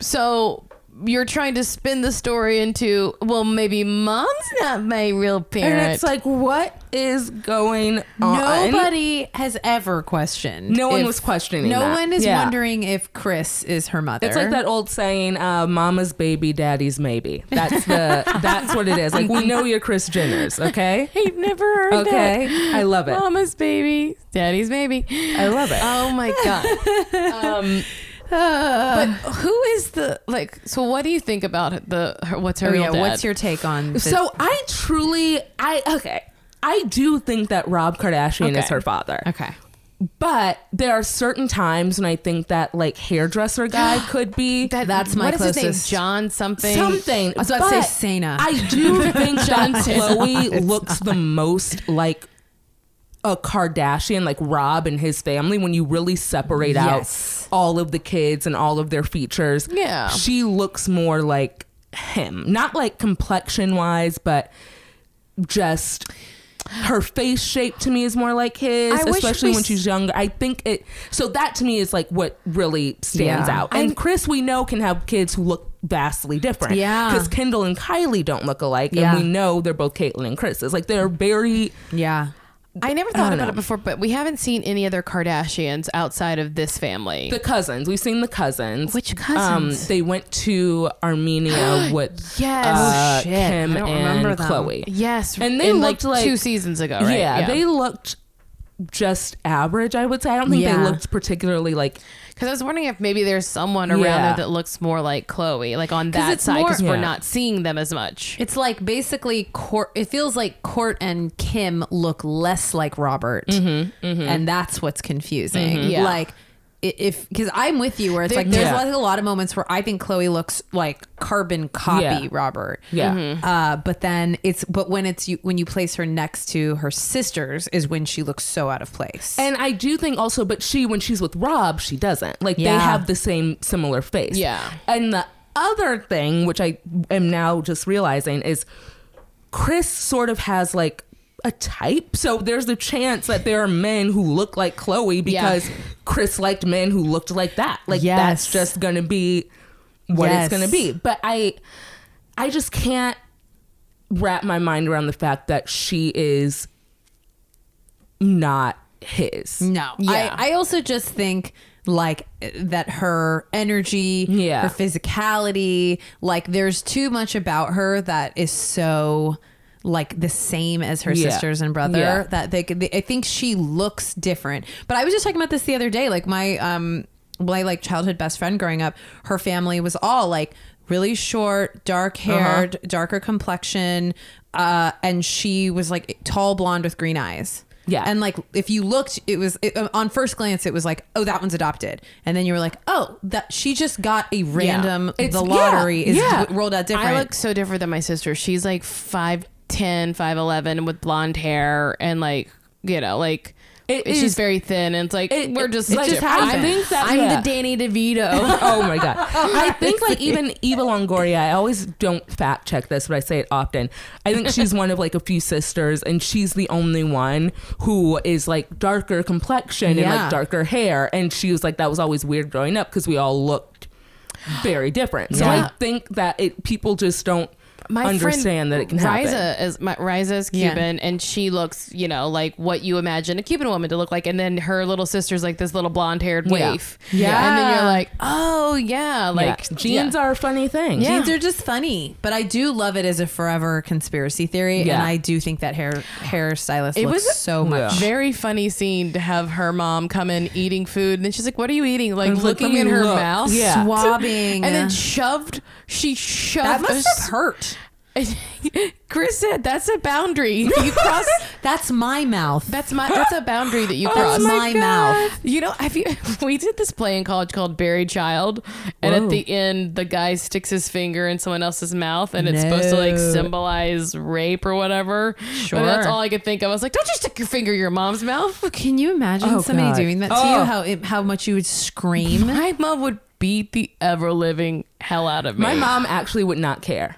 Speaker 2: So you're trying to spin the story into well, maybe mom's not my real parent.
Speaker 3: And it's like, what is going on?
Speaker 1: Nobody has ever questioned.
Speaker 3: No one
Speaker 1: if-
Speaker 3: was questioning.
Speaker 1: No
Speaker 3: that.
Speaker 1: one is
Speaker 3: Yeah.
Speaker 1: wondering if Chris is her mother.
Speaker 3: It's like that old saying, uh, "Mama's baby, daddy's maybe." That's *laughs* the that's what it is. Like we know you're Chris Jenner's, *laughs* okay?
Speaker 2: I've never heard
Speaker 3: Okay,
Speaker 2: that.
Speaker 3: I love it.
Speaker 2: Mama's baby, daddy's baby.
Speaker 3: I love it.
Speaker 2: Oh my *laughs* god. um, but who is the like? So what do you think about the her, what's her
Speaker 1: Oh,
Speaker 2: real
Speaker 1: yeah.
Speaker 2: dad?
Speaker 1: What's your take on this?
Speaker 3: So I truly, I okay, I do think that Rob Kardashian is
Speaker 2: Okay.
Speaker 3: her father,
Speaker 2: okay?
Speaker 3: but there are certain times when I think that like hairdresser *gasps* guy could be
Speaker 1: That's my
Speaker 2: what is his
Speaker 1: closest.
Speaker 2: name? John something.
Speaker 3: something.
Speaker 1: I was about to
Speaker 3: but
Speaker 1: say Sana.
Speaker 3: I
Speaker 1: *laughs*
Speaker 3: do think that
Speaker 2: Sana.
Speaker 3: Chloe looks the most like a Kardashian, like Rob and his family, when you really separate
Speaker 1: Yes.
Speaker 3: out all of the kids and all of their features.
Speaker 2: Yeah.
Speaker 3: She looks more like him. Not like complexion wise, but just her face shape to me is more like his,
Speaker 2: I wish
Speaker 3: especially
Speaker 2: we
Speaker 3: when
Speaker 2: s-
Speaker 3: she's younger. I think it so that to me is like what really stands
Speaker 1: Yeah.
Speaker 3: out. And, Chris, we know, can have kids who look vastly different.
Speaker 1: Yeah.
Speaker 3: Because Kendall and Kylie don't look alike.
Speaker 1: Yeah.
Speaker 3: And we know they're both Caitlyn and Chris. It's like they're very
Speaker 1: yeah.
Speaker 2: I never thought
Speaker 3: don't
Speaker 2: about
Speaker 3: know.
Speaker 2: it before, but we haven't seen any other Kardashians outside of this family.
Speaker 3: the cousins. We've seen the cousins. Um,
Speaker 2: Which cousins?
Speaker 3: they went to
Speaker 1: *gasps*
Speaker 3: Armenia with
Speaker 2: Yes.
Speaker 3: uh,
Speaker 1: Oh, shit.
Speaker 3: Kim
Speaker 1: I don't remember
Speaker 3: and
Speaker 1: them.
Speaker 3: Chloe.
Speaker 2: yes,
Speaker 3: And they
Speaker 2: in,
Speaker 3: looked like-
Speaker 2: two seasons ago, right?
Speaker 3: Yeah, they looked just average, I would say. I don't think
Speaker 1: Yeah.
Speaker 3: they looked particularly like
Speaker 2: Because I was wondering if maybe there's someone around
Speaker 3: Yeah.
Speaker 2: there that looks more like Chloe, like on
Speaker 1: 'Cause
Speaker 2: that
Speaker 1: it's
Speaker 2: side, because
Speaker 3: more-
Speaker 2: we're
Speaker 3: Yeah.
Speaker 2: not seeing them as much.
Speaker 1: It's like basically Court. It feels like Court and Kim look less like Robert, and that's what's confusing.
Speaker 2: Yeah.
Speaker 1: Mm-hmm, Like i- if because I'm with you where it's like there's
Speaker 3: Yeah.
Speaker 1: like a lot of moments where I think Chloe looks like carbon copy
Speaker 3: Yeah.
Speaker 1: Robert.
Speaker 3: Yeah.
Speaker 1: Uh, but then it's but when it's you when you place her next to her sisters is when she looks so out of place.
Speaker 3: And I do think also, but she, when she's with Rob, she doesn't. Like
Speaker 1: Yeah.
Speaker 3: they have the same similar face.
Speaker 2: Yeah.
Speaker 3: And the other thing, which I am now just realizing, is Chris sort of has like a type. So there's a chance that there are men who look like Chloe because Chris liked men who looked like that. Like
Speaker 1: Yes.
Speaker 3: that's just going to be what
Speaker 1: Yes.
Speaker 3: it's going to be. But I, I just can't wrap my mind around the fact that she is not his.
Speaker 1: No.
Speaker 2: Yeah.
Speaker 1: I, I also just think like that her energy,
Speaker 3: Yeah.
Speaker 1: her physicality, like there's too much about her that is so like the same as her
Speaker 3: Yeah.
Speaker 1: sisters and brother
Speaker 3: Yeah.
Speaker 1: that they, could- they I think she looks different. But I was just talking about this the other day like my um my like childhood best friend growing up, her family was all like really short, dark haired,
Speaker 2: Uh-huh.
Speaker 1: darker complexion, uh and she was like tall blonde with green eyes.
Speaker 3: Yeah.
Speaker 1: And like if you looked, it was it, uh, on first glance, it was like, oh, that one's adopted, and then you were like, oh, that she just got a random.
Speaker 3: It's-
Speaker 1: the lottery
Speaker 3: yeah,
Speaker 1: is
Speaker 3: yeah.
Speaker 1: rolled out different.
Speaker 2: I look so different than my sister. She's like 5'10, 5'11 with blonde hair and like, you know, like
Speaker 3: It
Speaker 2: she's
Speaker 3: is-
Speaker 2: very thin and it's like
Speaker 3: it-
Speaker 2: we're
Speaker 3: it-
Speaker 2: just,
Speaker 3: it just
Speaker 2: different.
Speaker 3: happens. I think that-
Speaker 2: I'm
Speaker 3: yeah.
Speaker 2: the Danny *laughs* DeVito.
Speaker 3: oh my god! I think like even Eva Longoria. I always don't fact check this, but I say it often. I think she's one of like a few sisters, and she's the only one who is like darker complexion and
Speaker 1: Yeah.
Speaker 3: like darker hair. And she was like that was always weird growing up because we all looked very different. So
Speaker 2: Yeah.
Speaker 3: I think that it people just don't understand that it can happen.
Speaker 2: Riza is my Riza is
Speaker 1: Yeah.
Speaker 2: Cuban, and she looks, you know, like what you imagine a Cuban woman to look like, and then her little sister's like this little blonde haired
Speaker 3: Yeah.
Speaker 2: waif.
Speaker 1: Yeah.
Speaker 2: and then you're like, oh yeah, like
Speaker 3: yeah. jeans
Speaker 2: yeah.
Speaker 3: are a funny thing.
Speaker 2: Yeah.
Speaker 1: Jeans are just funny, but I do love it as a forever conspiracy theory, and
Speaker 3: Yeah.
Speaker 1: I do think that hair hairstylist
Speaker 2: It
Speaker 1: looks
Speaker 2: was-
Speaker 1: so much.
Speaker 2: *laughs* Very funny scene to have her mom come in eating food, and then she's like, "What are you eating?" Like
Speaker 3: And it's like,
Speaker 2: looking in
Speaker 3: let me
Speaker 2: her
Speaker 3: look.
Speaker 2: mouth,
Speaker 3: Yeah.
Speaker 1: Swabbing.
Speaker 2: and then shoved. She shoved.
Speaker 1: that must
Speaker 2: a
Speaker 1: have hurt.
Speaker 2: *laughs* Chris said, "That's a boundary. You
Speaker 1: *laughs*
Speaker 2: cross.
Speaker 1: That's my mouth.
Speaker 2: That's my. That's a boundary that you cross.
Speaker 1: That's Oh my, mouth.
Speaker 2: You know, have you? *laughs* We did this play in college called Buried Child, and at
Speaker 1: Whoa.
Speaker 2: the end, the guy sticks his finger in someone else's mouth, and it's supposed to like
Speaker 1: No.
Speaker 2: symbolize rape or whatever. But that's
Speaker 1: Sure.
Speaker 2: all I could think of. I was like, don't you stick your finger in your mom's mouth.
Speaker 1: Can you imagine
Speaker 3: Oh,
Speaker 1: somebody
Speaker 3: God.
Speaker 1: doing that to
Speaker 3: Oh.
Speaker 1: you? How it, how much you would *laughs* scream?
Speaker 2: My mom would beat the ever living hell out of me. Oh,
Speaker 3: My mom actually would not care.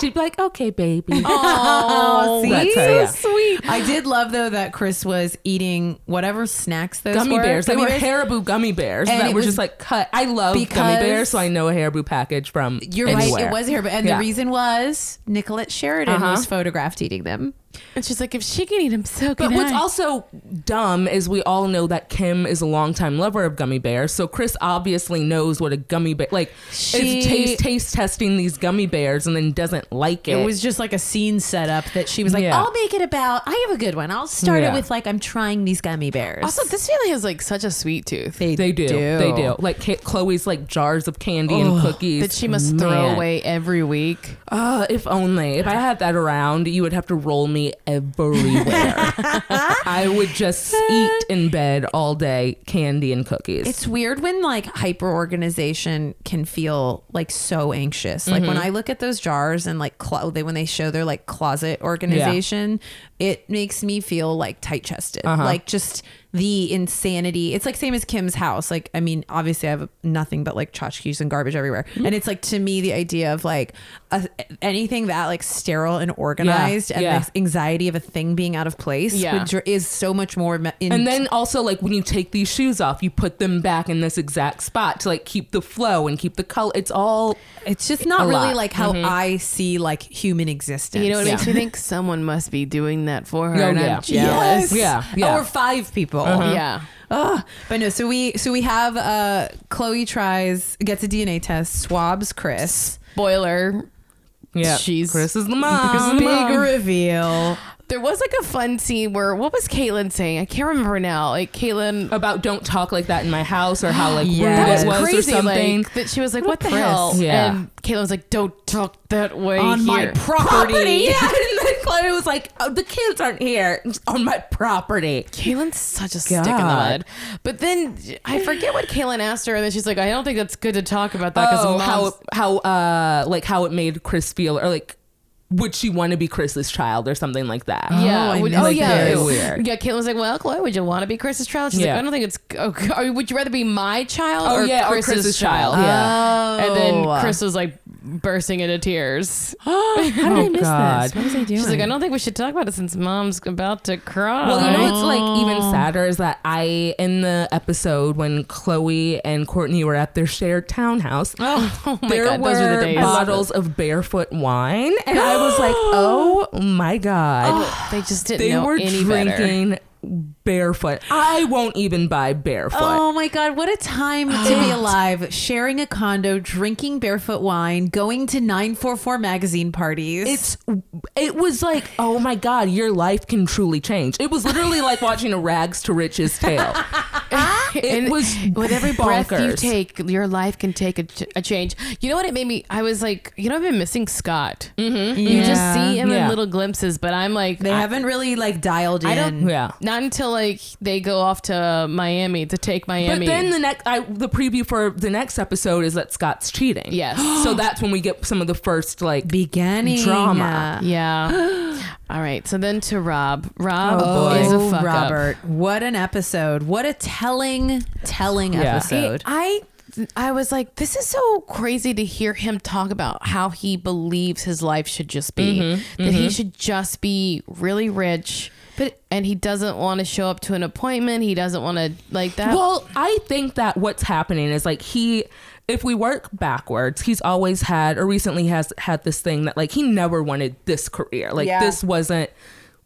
Speaker 3: She'd be like, "Okay, baby."
Speaker 1: Oh, see?
Speaker 3: That's
Speaker 1: So
Speaker 3: her, yeah.
Speaker 1: sweet. I did love though that Chris was eating whatever snacks those
Speaker 3: gummy
Speaker 1: were.
Speaker 3: bears. They
Speaker 1: Gummy
Speaker 3: were
Speaker 1: bears.
Speaker 3: Haribo gummy bears
Speaker 1: And it
Speaker 3: that were
Speaker 1: was
Speaker 3: just like cut. I love gummy
Speaker 1: because-
Speaker 3: bears, so I know a Haribo package from
Speaker 1: You're right.
Speaker 3: anywhere.
Speaker 1: It was Haribo, and
Speaker 3: Yeah.
Speaker 1: the reason was Nicolette Sheridan
Speaker 3: Uh-huh.
Speaker 1: was photographed eating them.
Speaker 2: and she's like, if she can eat him, so
Speaker 3: But
Speaker 2: can
Speaker 3: what's
Speaker 2: I.
Speaker 3: also dumb is we all know that Kim is a longtime lover of gummy bears, so Chris obviously knows what a gummy bear like.
Speaker 1: She-
Speaker 3: is taste taste testing these gummy bears and then doesn't like it.
Speaker 1: It was just like a scene setup that she was like,
Speaker 3: Yeah.
Speaker 1: "I'll make it about." I have a good one. I'll start
Speaker 3: Yeah.
Speaker 1: it with like, "I'm trying these gummy bears."
Speaker 2: also, this family has like such a sweet tooth
Speaker 3: they do, they do. Like Ka- Chloe's like jars of candy and cookies
Speaker 2: that she must throw
Speaker 3: Man.
Speaker 2: away every week.
Speaker 3: Uh, if only. If I had that around, you would have to roll me everywhere. I would just eat in bed all day, candy and cookies.
Speaker 1: It's weird when like hyper organization can feel like so anxious. Like
Speaker 3: Mm-hmm.
Speaker 1: when I look at those jars and like clo- they when they show their like closet organization, it makes me feel like tight chested.
Speaker 3: Uh-huh.
Speaker 1: Like just the insanity. It's like same as Kim's house. Like I mean, obviously I have nothing but like tchotchkes and garbage everywhere,
Speaker 3: Mm-hmm.
Speaker 1: and it's like to me the idea of like a, anything that like sterile and organized and
Speaker 3: yeah.
Speaker 1: this anxiety of a thing being out of place
Speaker 2: Yeah.
Speaker 1: would dr- is so much more me- in-
Speaker 3: and then also like when you take these shoes off, you put them back in this exact spot to like keep the flow and keep the color. It's all
Speaker 1: It's just not really
Speaker 3: lot.
Speaker 1: like how I see like human existence.
Speaker 2: You know what
Speaker 3: Yeah.
Speaker 2: makes *laughs* me think? Someone must be doing that for her,
Speaker 3: Oh,
Speaker 2: and
Speaker 3: yeah.
Speaker 2: I'm jealous.
Speaker 3: Yeah, Uh-huh.
Speaker 1: Oh,
Speaker 3: yeah.
Speaker 1: we're five people.
Speaker 2: Uh-huh. Yeah.
Speaker 1: Ugh. But no, so we so we have uh Chloe tries gets a DNA test, swabs Chris.
Speaker 2: Spoiler.
Speaker 3: yeah.
Speaker 2: She's-
Speaker 3: Chris is the mom.
Speaker 1: Big reveal.
Speaker 2: There was like a fun scene where what was Caitlin saying? I can't remember now. Like Caitlin,
Speaker 3: about don't talk like that in my house or how like
Speaker 1: Yes.
Speaker 3: rude
Speaker 2: that
Speaker 3: it
Speaker 2: was
Speaker 3: was
Speaker 2: crazy.
Speaker 3: or something.
Speaker 2: Like that she was like,
Speaker 1: What a
Speaker 2: "What, the
Speaker 1: press.
Speaker 2: hell?"
Speaker 3: Yeah.
Speaker 2: And Caitlin was like, "Don't talk that way
Speaker 1: On my
Speaker 2: here."
Speaker 1: property.
Speaker 3: *laughs* Yeah, and then Chloe was like, "Oh, the kids aren't here It's on my property."
Speaker 2: Caitlin's such a stick in the
Speaker 3: God.
Speaker 2: mud. But then I forget what Caitlin asked her, and then she's like, "I don't think that's good to talk about that because
Speaker 3: oh, how how uh like how it made Chris feel or like would she want to be Chris's child or something like that?
Speaker 2: Yeah.
Speaker 1: Oh, I
Speaker 2: would-
Speaker 1: missed
Speaker 2: yeah.
Speaker 3: this.
Speaker 2: ew.
Speaker 3: Weird.
Speaker 2: Yeah. Caitlin's like, well, Chloe, would you want to be Chris's child? She's
Speaker 3: Yeah.
Speaker 2: like, I don't think it's. Oh, God, would you rather be my child
Speaker 3: Oh,
Speaker 2: or,
Speaker 3: yeah, or
Speaker 2: Chris's
Speaker 3: Chris's
Speaker 2: child?
Speaker 3: child,
Speaker 1: yeah.
Speaker 2: And then
Speaker 1: Oh.
Speaker 2: Chris was like bursting into tears.
Speaker 1: How did I miss
Speaker 3: God.
Speaker 1: this? What was I doing?
Speaker 2: She's like, I don't think we should talk about it since mom's about to cry.
Speaker 3: Well, you know what's like even
Speaker 2: Oh.
Speaker 3: sadder is that I in the episode when Chloe and Courtney were at their shared townhouse,
Speaker 2: Oh, *laughs* oh my
Speaker 3: there
Speaker 2: God,
Speaker 3: were
Speaker 2: those are the days.
Speaker 3: bottles of barefoot wine, and I
Speaker 2: *gasps*
Speaker 3: was like, "Oh my god!"
Speaker 2: Oh, *gasps* they just didn't
Speaker 3: they
Speaker 2: know
Speaker 3: were
Speaker 2: any better.
Speaker 3: drinking barefoot. I won't even buy barefoot.
Speaker 1: Oh my God, what a time to be alive. Sharing a condo, drinking barefoot wine, going to 944 magazine parties.
Speaker 3: it's it was like oh my god your life can truly change it was literally like watching a rags to riches tale it was
Speaker 2: Ah, *laughs* with every breath you
Speaker 3: bonkers.
Speaker 2: take, your life can take a, ch- a change. You know what it made me? I was like, you know, I've been missing Scott. Mm-hmm. You just
Speaker 1: Yeah.
Speaker 2: see him in
Speaker 3: Yeah.
Speaker 2: little glimpses, but I'm like,
Speaker 1: they
Speaker 2: I-
Speaker 1: haven't really like dialed in.
Speaker 2: I don't-
Speaker 3: yeah
Speaker 2: Not until like they go off to Miami to take
Speaker 3: but
Speaker 2: Miami.
Speaker 3: then the next I, the preview for the next episode is that scott's cheating
Speaker 2: Yes.
Speaker 3: *gasps* so that's when we get some of the first like
Speaker 1: beginning
Speaker 3: Drama. *gasps*
Speaker 2: yeah. All right. So then to Rob. Rob
Speaker 1: Oh,
Speaker 2: is a fuck
Speaker 1: Robert, what an episode! What a telling, telling
Speaker 3: Yeah.
Speaker 1: episode.
Speaker 2: Up. I I was like, this is so crazy to hear him talk about how
Speaker 3: Mm-hmm,
Speaker 2: he believes his life should just be that he should just be really rich. But and he doesn't want to show up to an appointment. He doesn't want to like that.
Speaker 3: Well, I think that what's happening is like he, if we work backwards, he's always had or recently has had this thing that like he never wanted this career. Like
Speaker 1: Yeah.
Speaker 3: this wasn't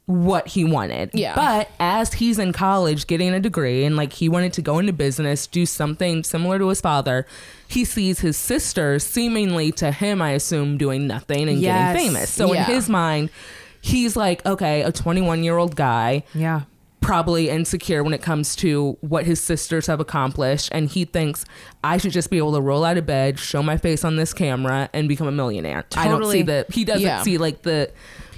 Speaker 3: what he wanted.
Speaker 2: Yeah.
Speaker 3: But as he's in college getting a degree and like he wanted to go into business, do something similar to his father, he sees his sister seemingly to him, I assume, doing nothing and
Speaker 1: Yes.
Speaker 3: getting famous. So
Speaker 2: Yeah.
Speaker 3: in his mind, he's like, okay, a 21 year old guy
Speaker 1: Yeah.
Speaker 3: probably insecure when it comes to what his sisters have accomplished and he thinks I should just be able to roll out of bed, show my face on this camera and become a millionaire. I don't
Speaker 1: Totally.
Speaker 3: see the he doesn't
Speaker 2: Yeah.
Speaker 3: see like the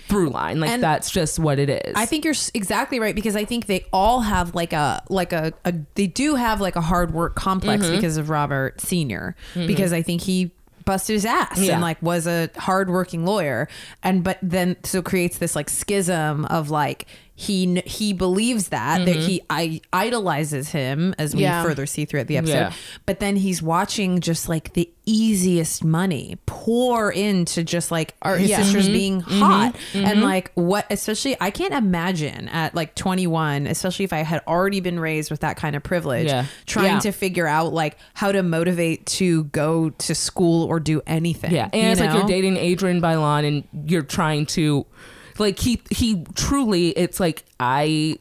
Speaker 3: through line. Like
Speaker 1: And
Speaker 3: that's just what it is.
Speaker 1: I think you're s- exactly right because I think they all have like a like a, a they do have like a hard work complex because of Robert Senior because I think he busted his ass
Speaker 3: Yeah.
Speaker 1: and like was a hardworking lawyer and but then so creates this like schism of like he kn- he believes that that he I idolizes him as we
Speaker 2: Yeah.
Speaker 1: further see throughout the episode
Speaker 3: Yeah.
Speaker 1: but then he's watching just like the easiest money pour into just like our his
Speaker 2: Yeah.
Speaker 3: Mm-hmm.
Speaker 1: sisters being hot and like what especially i can't imagine at like 21 especially if i had already been raised with that kind of privilege
Speaker 3: Yeah.
Speaker 1: trying
Speaker 2: Yeah.
Speaker 1: to figure out like how to motivate to go to school or do anything
Speaker 3: yeah. And
Speaker 1: you
Speaker 3: it's like
Speaker 1: know?
Speaker 3: you're dating Adrian Bylon and you're trying to like he he truly it's like I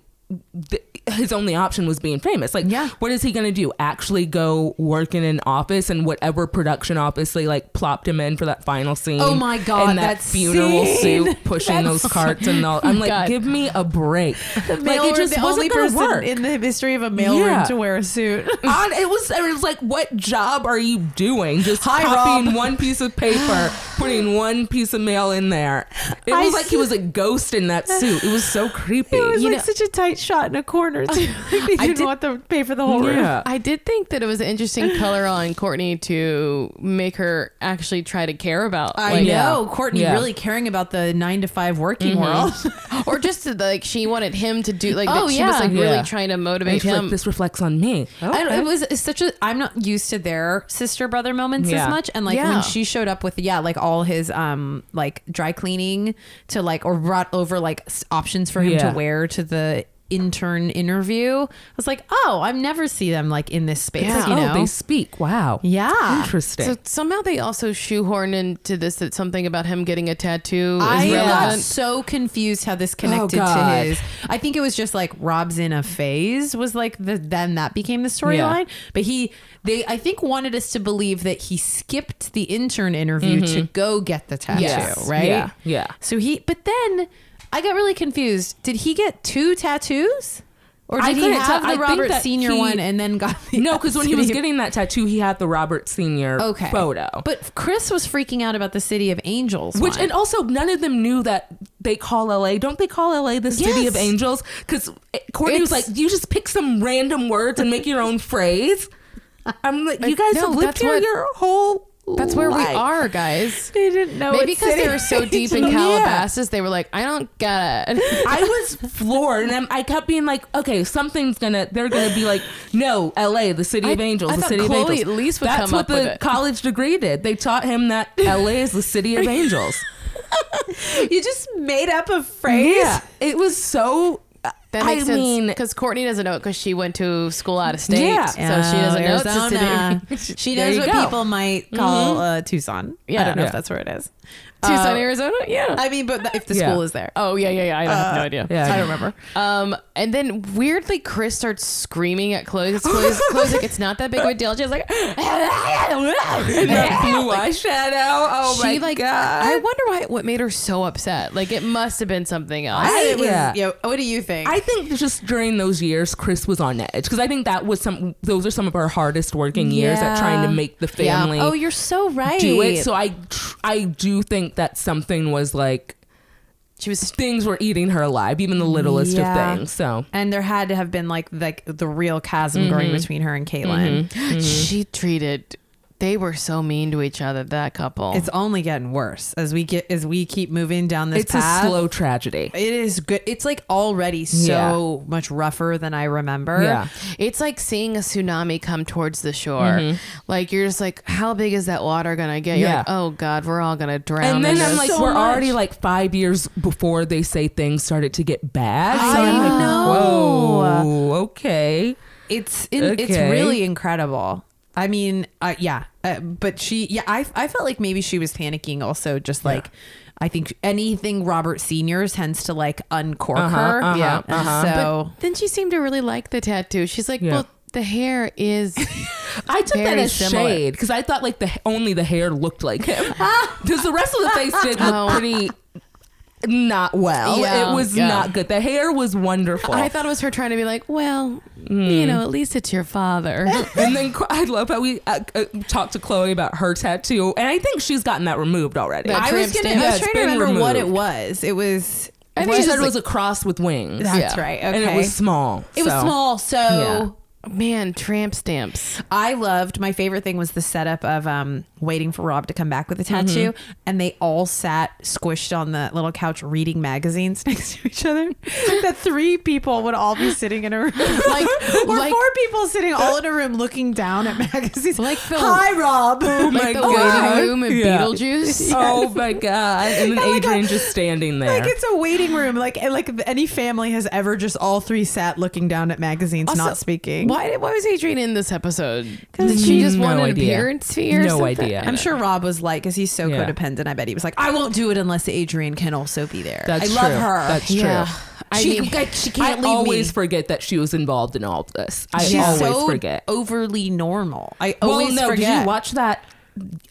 Speaker 3: th- his only option was being famous. Like,
Speaker 1: Yeah.
Speaker 3: what is he going to do? Actually, go work in an office and whatever production office they like plopped him in for that final scene.
Speaker 1: Oh my God,
Speaker 3: And that,
Speaker 1: that
Speaker 3: funeral
Speaker 1: scene. *laughs*
Speaker 3: suit pushing those carts and all. I'm like,
Speaker 2: God.
Speaker 3: give me a break. like,
Speaker 1: Male-
Speaker 3: it just
Speaker 1: the only
Speaker 3: wasn't going to
Speaker 1: person
Speaker 3: work.
Speaker 1: in
Speaker 2: *laughs*
Speaker 1: the history of a mailroom
Speaker 3: Yeah.
Speaker 1: to wear a suit *laughs*
Speaker 3: on it was it was like what job are you doing just
Speaker 1: Hi,
Speaker 3: copying
Speaker 1: Rob.
Speaker 3: one piece of paper putting one piece of mail in there it
Speaker 1: I
Speaker 3: was like he
Speaker 1: s-
Speaker 3: was a ghost in that suit it was so creepy
Speaker 1: it was
Speaker 2: You
Speaker 1: like
Speaker 2: know-
Speaker 1: such a tight shot in a corner
Speaker 2: *laughs*
Speaker 1: too like they
Speaker 3: I
Speaker 1: didn't
Speaker 3: did-
Speaker 1: want to pay for the whole room
Speaker 3: yeah
Speaker 2: I did think that it was an interesting color on Courtney to make her actually try to care about.
Speaker 1: I
Speaker 2: like,
Speaker 1: know Courtney
Speaker 3: Yeah. Mm-hmm.
Speaker 1: really caring about the nine to five working world. *laughs*
Speaker 2: or just to, like she wanted him to do like
Speaker 1: Oh,
Speaker 2: that she
Speaker 1: yeah.
Speaker 2: was like
Speaker 3: Yeah.
Speaker 2: really trying to
Speaker 3: And
Speaker 2: motivate
Speaker 3: she's
Speaker 2: him.
Speaker 3: like this reflects on me
Speaker 1: I don't, it was it's such a. I'm not used to their sister brother moments
Speaker 3: Yeah.
Speaker 1: as much, and like
Speaker 2: Yeah.
Speaker 1: when she showed up with yeah, like all his um like dry cleaning to like or brought over like s- options for him
Speaker 3: Yeah.
Speaker 1: to wear to the intern interview. I was like, oh, I never see them like in this space.
Speaker 2: Yeah.
Speaker 1: You
Speaker 3: oh
Speaker 1: know?
Speaker 3: they speak wow
Speaker 1: yeah.
Speaker 3: interesting
Speaker 2: so somehow they also shoehorn into this that something about him getting a tattoo is
Speaker 1: I got
Speaker 2: relevant.
Speaker 1: so confused how this connected to
Speaker 3: Oh, God.
Speaker 1: his. I think it was just like Rob's in a phase was like the then that became the storyline. But he they I think wanted us to believe that he skipped the intern interview to go get the tattoo,
Speaker 3: Mm-hmm. Yes.
Speaker 1: right?
Speaker 3: Yeah. Yeah.
Speaker 1: So he but then I got really confused. Did he get two tattoos? Or did
Speaker 3: I
Speaker 1: he
Speaker 3: couldn't
Speaker 1: have
Speaker 3: tell. I
Speaker 1: the
Speaker 3: think
Speaker 1: Robert
Speaker 3: that
Speaker 1: Senior
Speaker 3: he-
Speaker 1: one and then got the
Speaker 3: no because
Speaker 1: *laughs*
Speaker 3: when he was
Speaker 1: city-
Speaker 3: getting that tattoo he had the robert senior
Speaker 1: okay
Speaker 3: photo
Speaker 1: But Chris was freaking out about the City of Angels.
Speaker 3: Which
Speaker 1: one.
Speaker 3: and also none of them knew that they call LA. Don't they call LA the city of
Speaker 1: Yes.
Speaker 3: angels? Because Courtney was like,
Speaker 2: It's-
Speaker 3: you just pick some random words and make your own phrase. I'm like, you guys
Speaker 2: no,
Speaker 3: have lived
Speaker 2: that's
Speaker 3: here
Speaker 2: what-
Speaker 3: your whole.
Speaker 2: That's where
Speaker 3: life.
Speaker 2: we are, guys.
Speaker 1: they didn't know
Speaker 2: Maybe
Speaker 1: what
Speaker 2: because they
Speaker 1: city- *laughs*
Speaker 2: were so deep in
Speaker 3: Yeah.
Speaker 2: Calabasas, they were like, I don't get it.
Speaker 3: I was floored, and I'm, I kept being like, "Okay, something's gonna. They're gonna be like, no, L.A., the city of
Speaker 2: I-
Speaker 3: angels,
Speaker 2: I
Speaker 3: the
Speaker 2: thought
Speaker 3: city of
Speaker 2: Chloe
Speaker 3: angels."
Speaker 2: at least would
Speaker 3: That's
Speaker 2: come
Speaker 3: what
Speaker 2: up
Speaker 3: the
Speaker 2: with it.
Speaker 3: college degree did. They taught him that L.A. is the
Speaker 2: *laughs*
Speaker 3: city of angels.
Speaker 1: You just made up a phrase.
Speaker 3: it was so.
Speaker 2: That makes
Speaker 3: I
Speaker 2: sense.
Speaker 3: mean,
Speaker 2: because Courtney doesn't know it because she went to school out of state.
Speaker 3: Yeah.
Speaker 2: So she
Speaker 1: Oh,
Speaker 2: doesn't know it's the
Speaker 1: *laughs*
Speaker 2: city. *laughs*
Speaker 1: she
Speaker 3: There
Speaker 1: knows
Speaker 3: you
Speaker 1: what
Speaker 3: go.
Speaker 1: people might call uh, Tucson. I
Speaker 2: Mm-hmm. Yeah.
Speaker 1: don't know
Speaker 3: Yeah.
Speaker 1: if that's where it is.
Speaker 2: Tucson,
Speaker 1: Uh,
Speaker 2: Arizona? Yeah.
Speaker 1: I mean, but th- if the
Speaker 3: Yeah.
Speaker 1: school is there,
Speaker 2: oh, yeah, yeah, yeah. I have no idea.
Speaker 3: yeah.
Speaker 1: uh, I don't remember.
Speaker 2: Um, and then weirdly, Chris starts screaming at Chloe. 'cause
Speaker 1: *laughs*
Speaker 2: Chloe's, Chloe's like, it's not that big of a deal.
Speaker 1: *gasps*
Speaker 2: She's like,
Speaker 3: *laughs* that blue eyeshadow. Oh
Speaker 2: she like, I wonder why what made her so upset. Like, it must have been something else.
Speaker 1: I, it was,
Speaker 3: yeah.
Speaker 1: yeah. What do you think?
Speaker 3: I think just during those years, Chris was on edge because I think that was some. Those are some of her hardest working years at trying to make the family
Speaker 1: Oh, you're so right.
Speaker 3: do it. So I, tr- I do think that something was like
Speaker 2: she was
Speaker 3: things were eating her alive, even the littlest
Speaker 1: Yeah.
Speaker 3: of things. So
Speaker 1: and there had
Speaker 2: Mm-hmm.
Speaker 1: to have been like like the real chasm growing between her and Caitlin.
Speaker 2: she treated They were so mean to each other, that couple.
Speaker 1: It's only getting worse as we get as we keep moving down this
Speaker 3: It's
Speaker 1: path.
Speaker 3: a slow tragedy.
Speaker 1: It is good. It's like already so much rougher than I remember.
Speaker 3: Yeah.
Speaker 2: It's like seeing a tsunami come towards the shore. Like you're just like, how big is that water gonna get? You're
Speaker 3: Yeah.
Speaker 2: like, oh god, we're all gonna drown.
Speaker 3: And
Speaker 2: in
Speaker 3: then
Speaker 2: this."
Speaker 3: I'm like,
Speaker 1: so
Speaker 3: we're
Speaker 1: much.
Speaker 3: already like five years before they say things started to get bad. So
Speaker 1: I
Speaker 3: am like,
Speaker 1: know.
Speaker 3: whoa, okay.
Speaker 1: It's in, it's
Speaker 3: Okay.
Speaker 1: really incredible. I mean, uh, yeah, uh, but she, yeah, I, I felt like maybe she was panicking also, just like I think anything Robert Senior tends to like uncork her.
Speaker 3: uh-huh,
Speaker 1: yeah,
Speaker 3: uh-huh.
Speaker 1: so
Speaker 2: then she seemed to really like the tattoo. She's like,
Speaker 3: Yeah.
Speaker 2: well, the hair *laughs* is.
Speaker 3: I took that
Speaker 2: Very
Speaker 3: as
Speaker 2: similar.
Speaker 3: shade because I thought like the only the hair looked like him
Speaker 1: *laughs*
Speaker 3: because the rest of the face did look
Speaker 2: Oh.
Speaker 3: pretty not well.
Speaker 2: Yeah.
Speaker 3: it was
Speaker 2: Yeah.
Speaker 3: not good. The hair was wonderful.
Speaker 2: I thought it was her trying to be like, well, you know, at least it's your father.
Speaker 3: *laughs* and then Chlo- I love how we uh, uh, talked to Chloe about her tattoo, and I think she's gotten that removed already.
Speaker 2: That
Speaker 1: I
Speaker 2: tramp
Speaker 1: was gonna,
Speaker 2: stamp.
Speaker 1: I
Speaker 3: Yeah,
Speaker 1: was
Speaker 3: it's
Speaker 1: trying to
Speaker 3: been
Speaker 1: remember what it
Speaker 3: removed.
Speaker 1: was. It was.
Speaker 3: I
Speaker 1: what
Speaker 3: think she said
Speaker 1: is
Speaker 3: it was a cross with wings,
Speaker 1: That's
Speaker 2: Yeah.
Speaker 1: right. Okay.
Speaker 3: and it was small.
Speaker 1: It was
Speaker 3: so-
Speaker 1: small. So
Speaker 3: Yeah.
Speaker 2: *laughs* Man, tramp stamps.
Speaker 1: I loved my favorite thing was the setup of um waiting for Rob to come back with a
Speaker 3: Mm-hmm.
Speaker 1: tattoo and they all sat squished on the little couch reading magazines *laughs* next to each other. that three people would all be sitting in a room.
Speaker 2: *laughs*
Speaker 1: Like or
Speaker 2: like-
Speaker 1: four people sitting all in a room looking down
Speaker 2: *gasps*
Speaker 1: at magazines.
Speaker 2: Like the-
Speaker 1: Hi Rob.
Speaker 2: *laughs* Like
Speaker 3: Oh my
Speaker 2: the
Speaker 3: God.
Speaker 2: waiting room and
Speaker 3: Yeah.
Speaker 2: Beetlejuice.
Speaker 3: Oh my god!
Speaker 1: *laughs*
Speaker 3: And then
Speaker 1: Oh my God.
Speaker 3: Adrian just standing there.
Speaker 1: Like it's a waiting room, like like any family has ever just all three sat looking down at magazines,
Speaker 2: Also,
Speaker 1: not speaking.
Speaker 2: Why, why was Adrian in this episode? Did she just
Speaker 3: No
Speaker 2: want an
Speaker 3: idea.
Speaker 2: appearance fee or
Speaker 3: No
Speaker 2: something?
Speaker 3: idea.
Speaker 2: I
Speaker 1: I'm
Speaker 2: don't
Speaker 1: sure Rob was like, because he's so
Speaker 3: Yeah.
Speaker 1: codependent. I bet he was like, I won't do it unless Adrian can also be there.
Speaker 3: That's
Speaker 1: I love
Speaker 3: true.
Speaker 1: her.
Speaker 3: That's true.
Speaker 2: Yeah. I
Speaker 1: she,
Speaker 2: mean-
Speaker 1: I- she can't
Speaker 3: I
Speaker 1: leave
Speaker 3: always
Speaker 1: me.
Speaker 3: forget that she was involved in all of this. I
Speaker 1: She's
Speaker 3: always
Speaker 1: so
Speaker 3: forget. Oh,
Speaker 1: overly normal. I always
Speaker 3: well, no,
Speaker 1: forget.
Speaker 3: did you watch that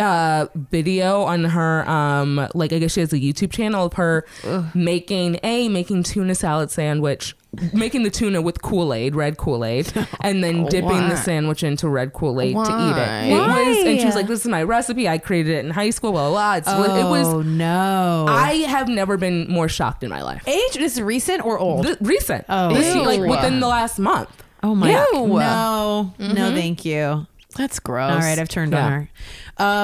Speaker 3: uh, video on her? Um, like I guess she has a YouTube channel of her making a making tuna salad sandwich, making the tuna with Kool Aid, red Kool Aid, and then dipping
Speaker 2: Why?
Speaker 3: the sandwich into red Kool Aid to eat
Speaker 2: Why?
Speaker 3: it. It was, and she was like, "This is my recipe. I created it in high school." Blah blah. blah. It's,
Speaker 1: Oh
Speaker 3: It was.
Speaker 1: no.
Speaker 3: I have never been more shocked in my life.
Speaker 1: Age is it recent or old?
Speaker 3: Th- recent.
Speaker 1: Oh.
Speaker 3: This-
Speaker 2: Ew.
Speaker 3: like within the last month.
Speaker 1: oh my god.
Speaker 2: Ew.
Speaker 1: No, no, thank you. All
Speaker 2: That's gross.
Speaker 1: right, I've turned
Speaker 3: Mm-hmm. Oh,
Speaker 1: on
Speaker 3: Yeah.
Speaker 1: her.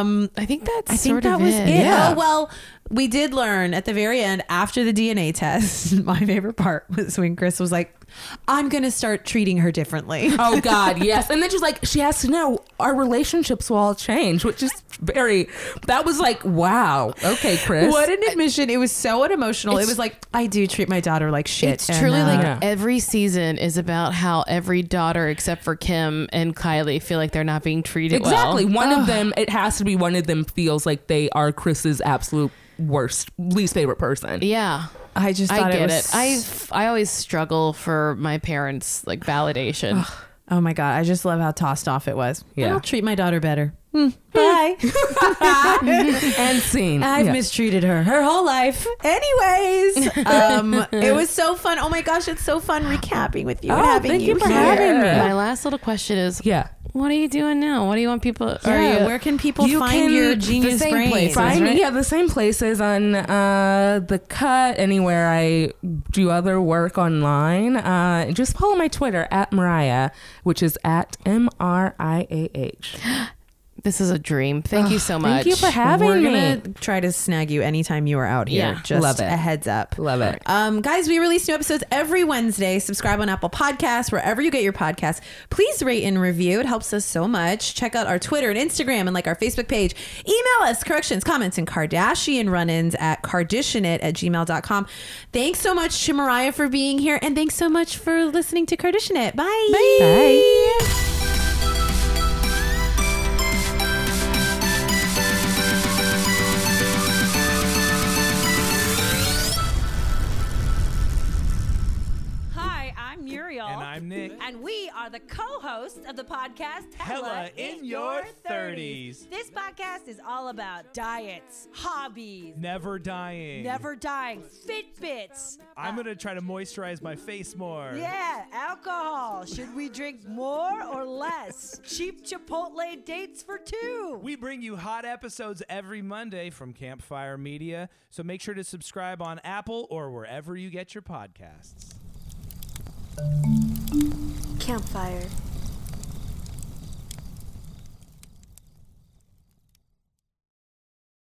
Speaker 1: Um,
Speaker 2: I think that's
Speaker 1: I think
Speaker 2: sort
Speaker 1: that
Speaker 2: of
Speaker 1: was
Speaker 2: it.
Speaker 1: it.
Speaker 3: Yeah.
Speaker 1: Oh well, we did learn at the very end after the DNA *laughs* test. My favorite part was when Chris was like, "I'm gonna start treating her *laughs* differently."
Speaker 3: Oh God, yes. And then she's like, she has to know our relationships will all change, which is very. That was like, wow. Okay, Chris.
Speaker 1: What an admission! It was so unemotional. It was like I do treat my daughter like shit.
Speaker 2: It's
Speaker 1: and,
Speaker 2: truly
Speaker 1: uh,
Speaker 2: like
Speaker 3: Yeah.
Speaker 2: every season is about how every daughter, except for Kim and Kylie, feel like they're not being treated
Speaker 3: exactly.
Speaker 2: well.
Speaker 3: One of them. It has to be one of them. Feels like they are Chris's absolute worst, least favorite person.
Speaker 2: Yeah,
Speaker 1: I just thought
Speaker 2: I get
Speaker 1: it.
Speaker 2: it.
Speaker 1: Was,
Speaker 2: I I always struggle for my parents' like validation.
Speaker 1: oh my god! I just love how tossed off it was.
Speaker 3: Yeah.
Speaker 1: I'll treat my daughter better. Hmm. Bye.
Speaker 3: And scene.
Speaker 1: I've
Speaker 3: Yeah.
Speaker 1: mistreated her her whole life. Anyways, um, it was so fun. Oh my gosh, it's so fun recapping with you. and
Speaker 3: Oh,
Speaker 1: having
Speaker 3: thank you for
Speaker 1: here.
Speaker 3: having me. Yeah.
Speaker 2: My last little question is,
Speaker 3: Yeah.
Speaker 2: what are you doing now? What do you want people?
Speaker 1: Yeah,
Speaker 2: are you,
Speaker 1: where can people
Speaker 3: You
Speaker 1: find
Speaker 3: can-
Speaker 1: your
Speaker 3: the
Speaker 1: genius
Speaker 2: same
Speaker 1: brain?
Speaker 2: places,
Speaker 3: Find
Speaker 2: right?
Speaker 3: me yeah the same places on uh, the cut anywhere I do other work online. Uh, just follow my Twitter at Mariah, which is at M R I A H.
Speaker 2: this is a dream. Thank you so much.
Speaker 3: Thank you for having
Speaker 1: We're
Speaker 3: me.
Speaker 1: gonna try to snag you anytime you are out here.
Speaker 2: Yeah.
Speaker 1: Just
Speaker 3: Love it.
Speaker 1: a heads up.
Speaker 3: Love it.
Speaker 1: Um, guys, we release new episodes every Wednesday. Subscribe on Apple Podcasts, wherever you get your podcasts. Please rate and review. It helps us so much. Check out our Twitter and Instagram and like our Facebook page. Email us corrections, comments, and Kardashian run-ins at carditionit at gmail.com. Thanks so much to Mariah for being here. And thanks so much for listening to Kardashian Bye.
Speaker 3: Bye.
Speaker 4: Hi, I'm Muriel.
Speaker 5: And I'm Nick.
Speaker 4: And we are the co hosts of the podcast
Speaker 5: Hella in Your 30s.
Speaker 4: This podcast is all about diets, hobbies,
Speaker 5: Never dying.
Speaker 4: never dying, Fitbits.
Speaker 5: I'm gonna try to moisturize my face more.
Speaker 4: Yeah, alcohol. Should we drink more or less? Cheap Chipotle dates for two.
Speaker 5: We bring you hot episodes every Monday from Campfire Media, so make sure to subscribe on Apple or wherever you get your podcasts.
Speaker 6: Campfire.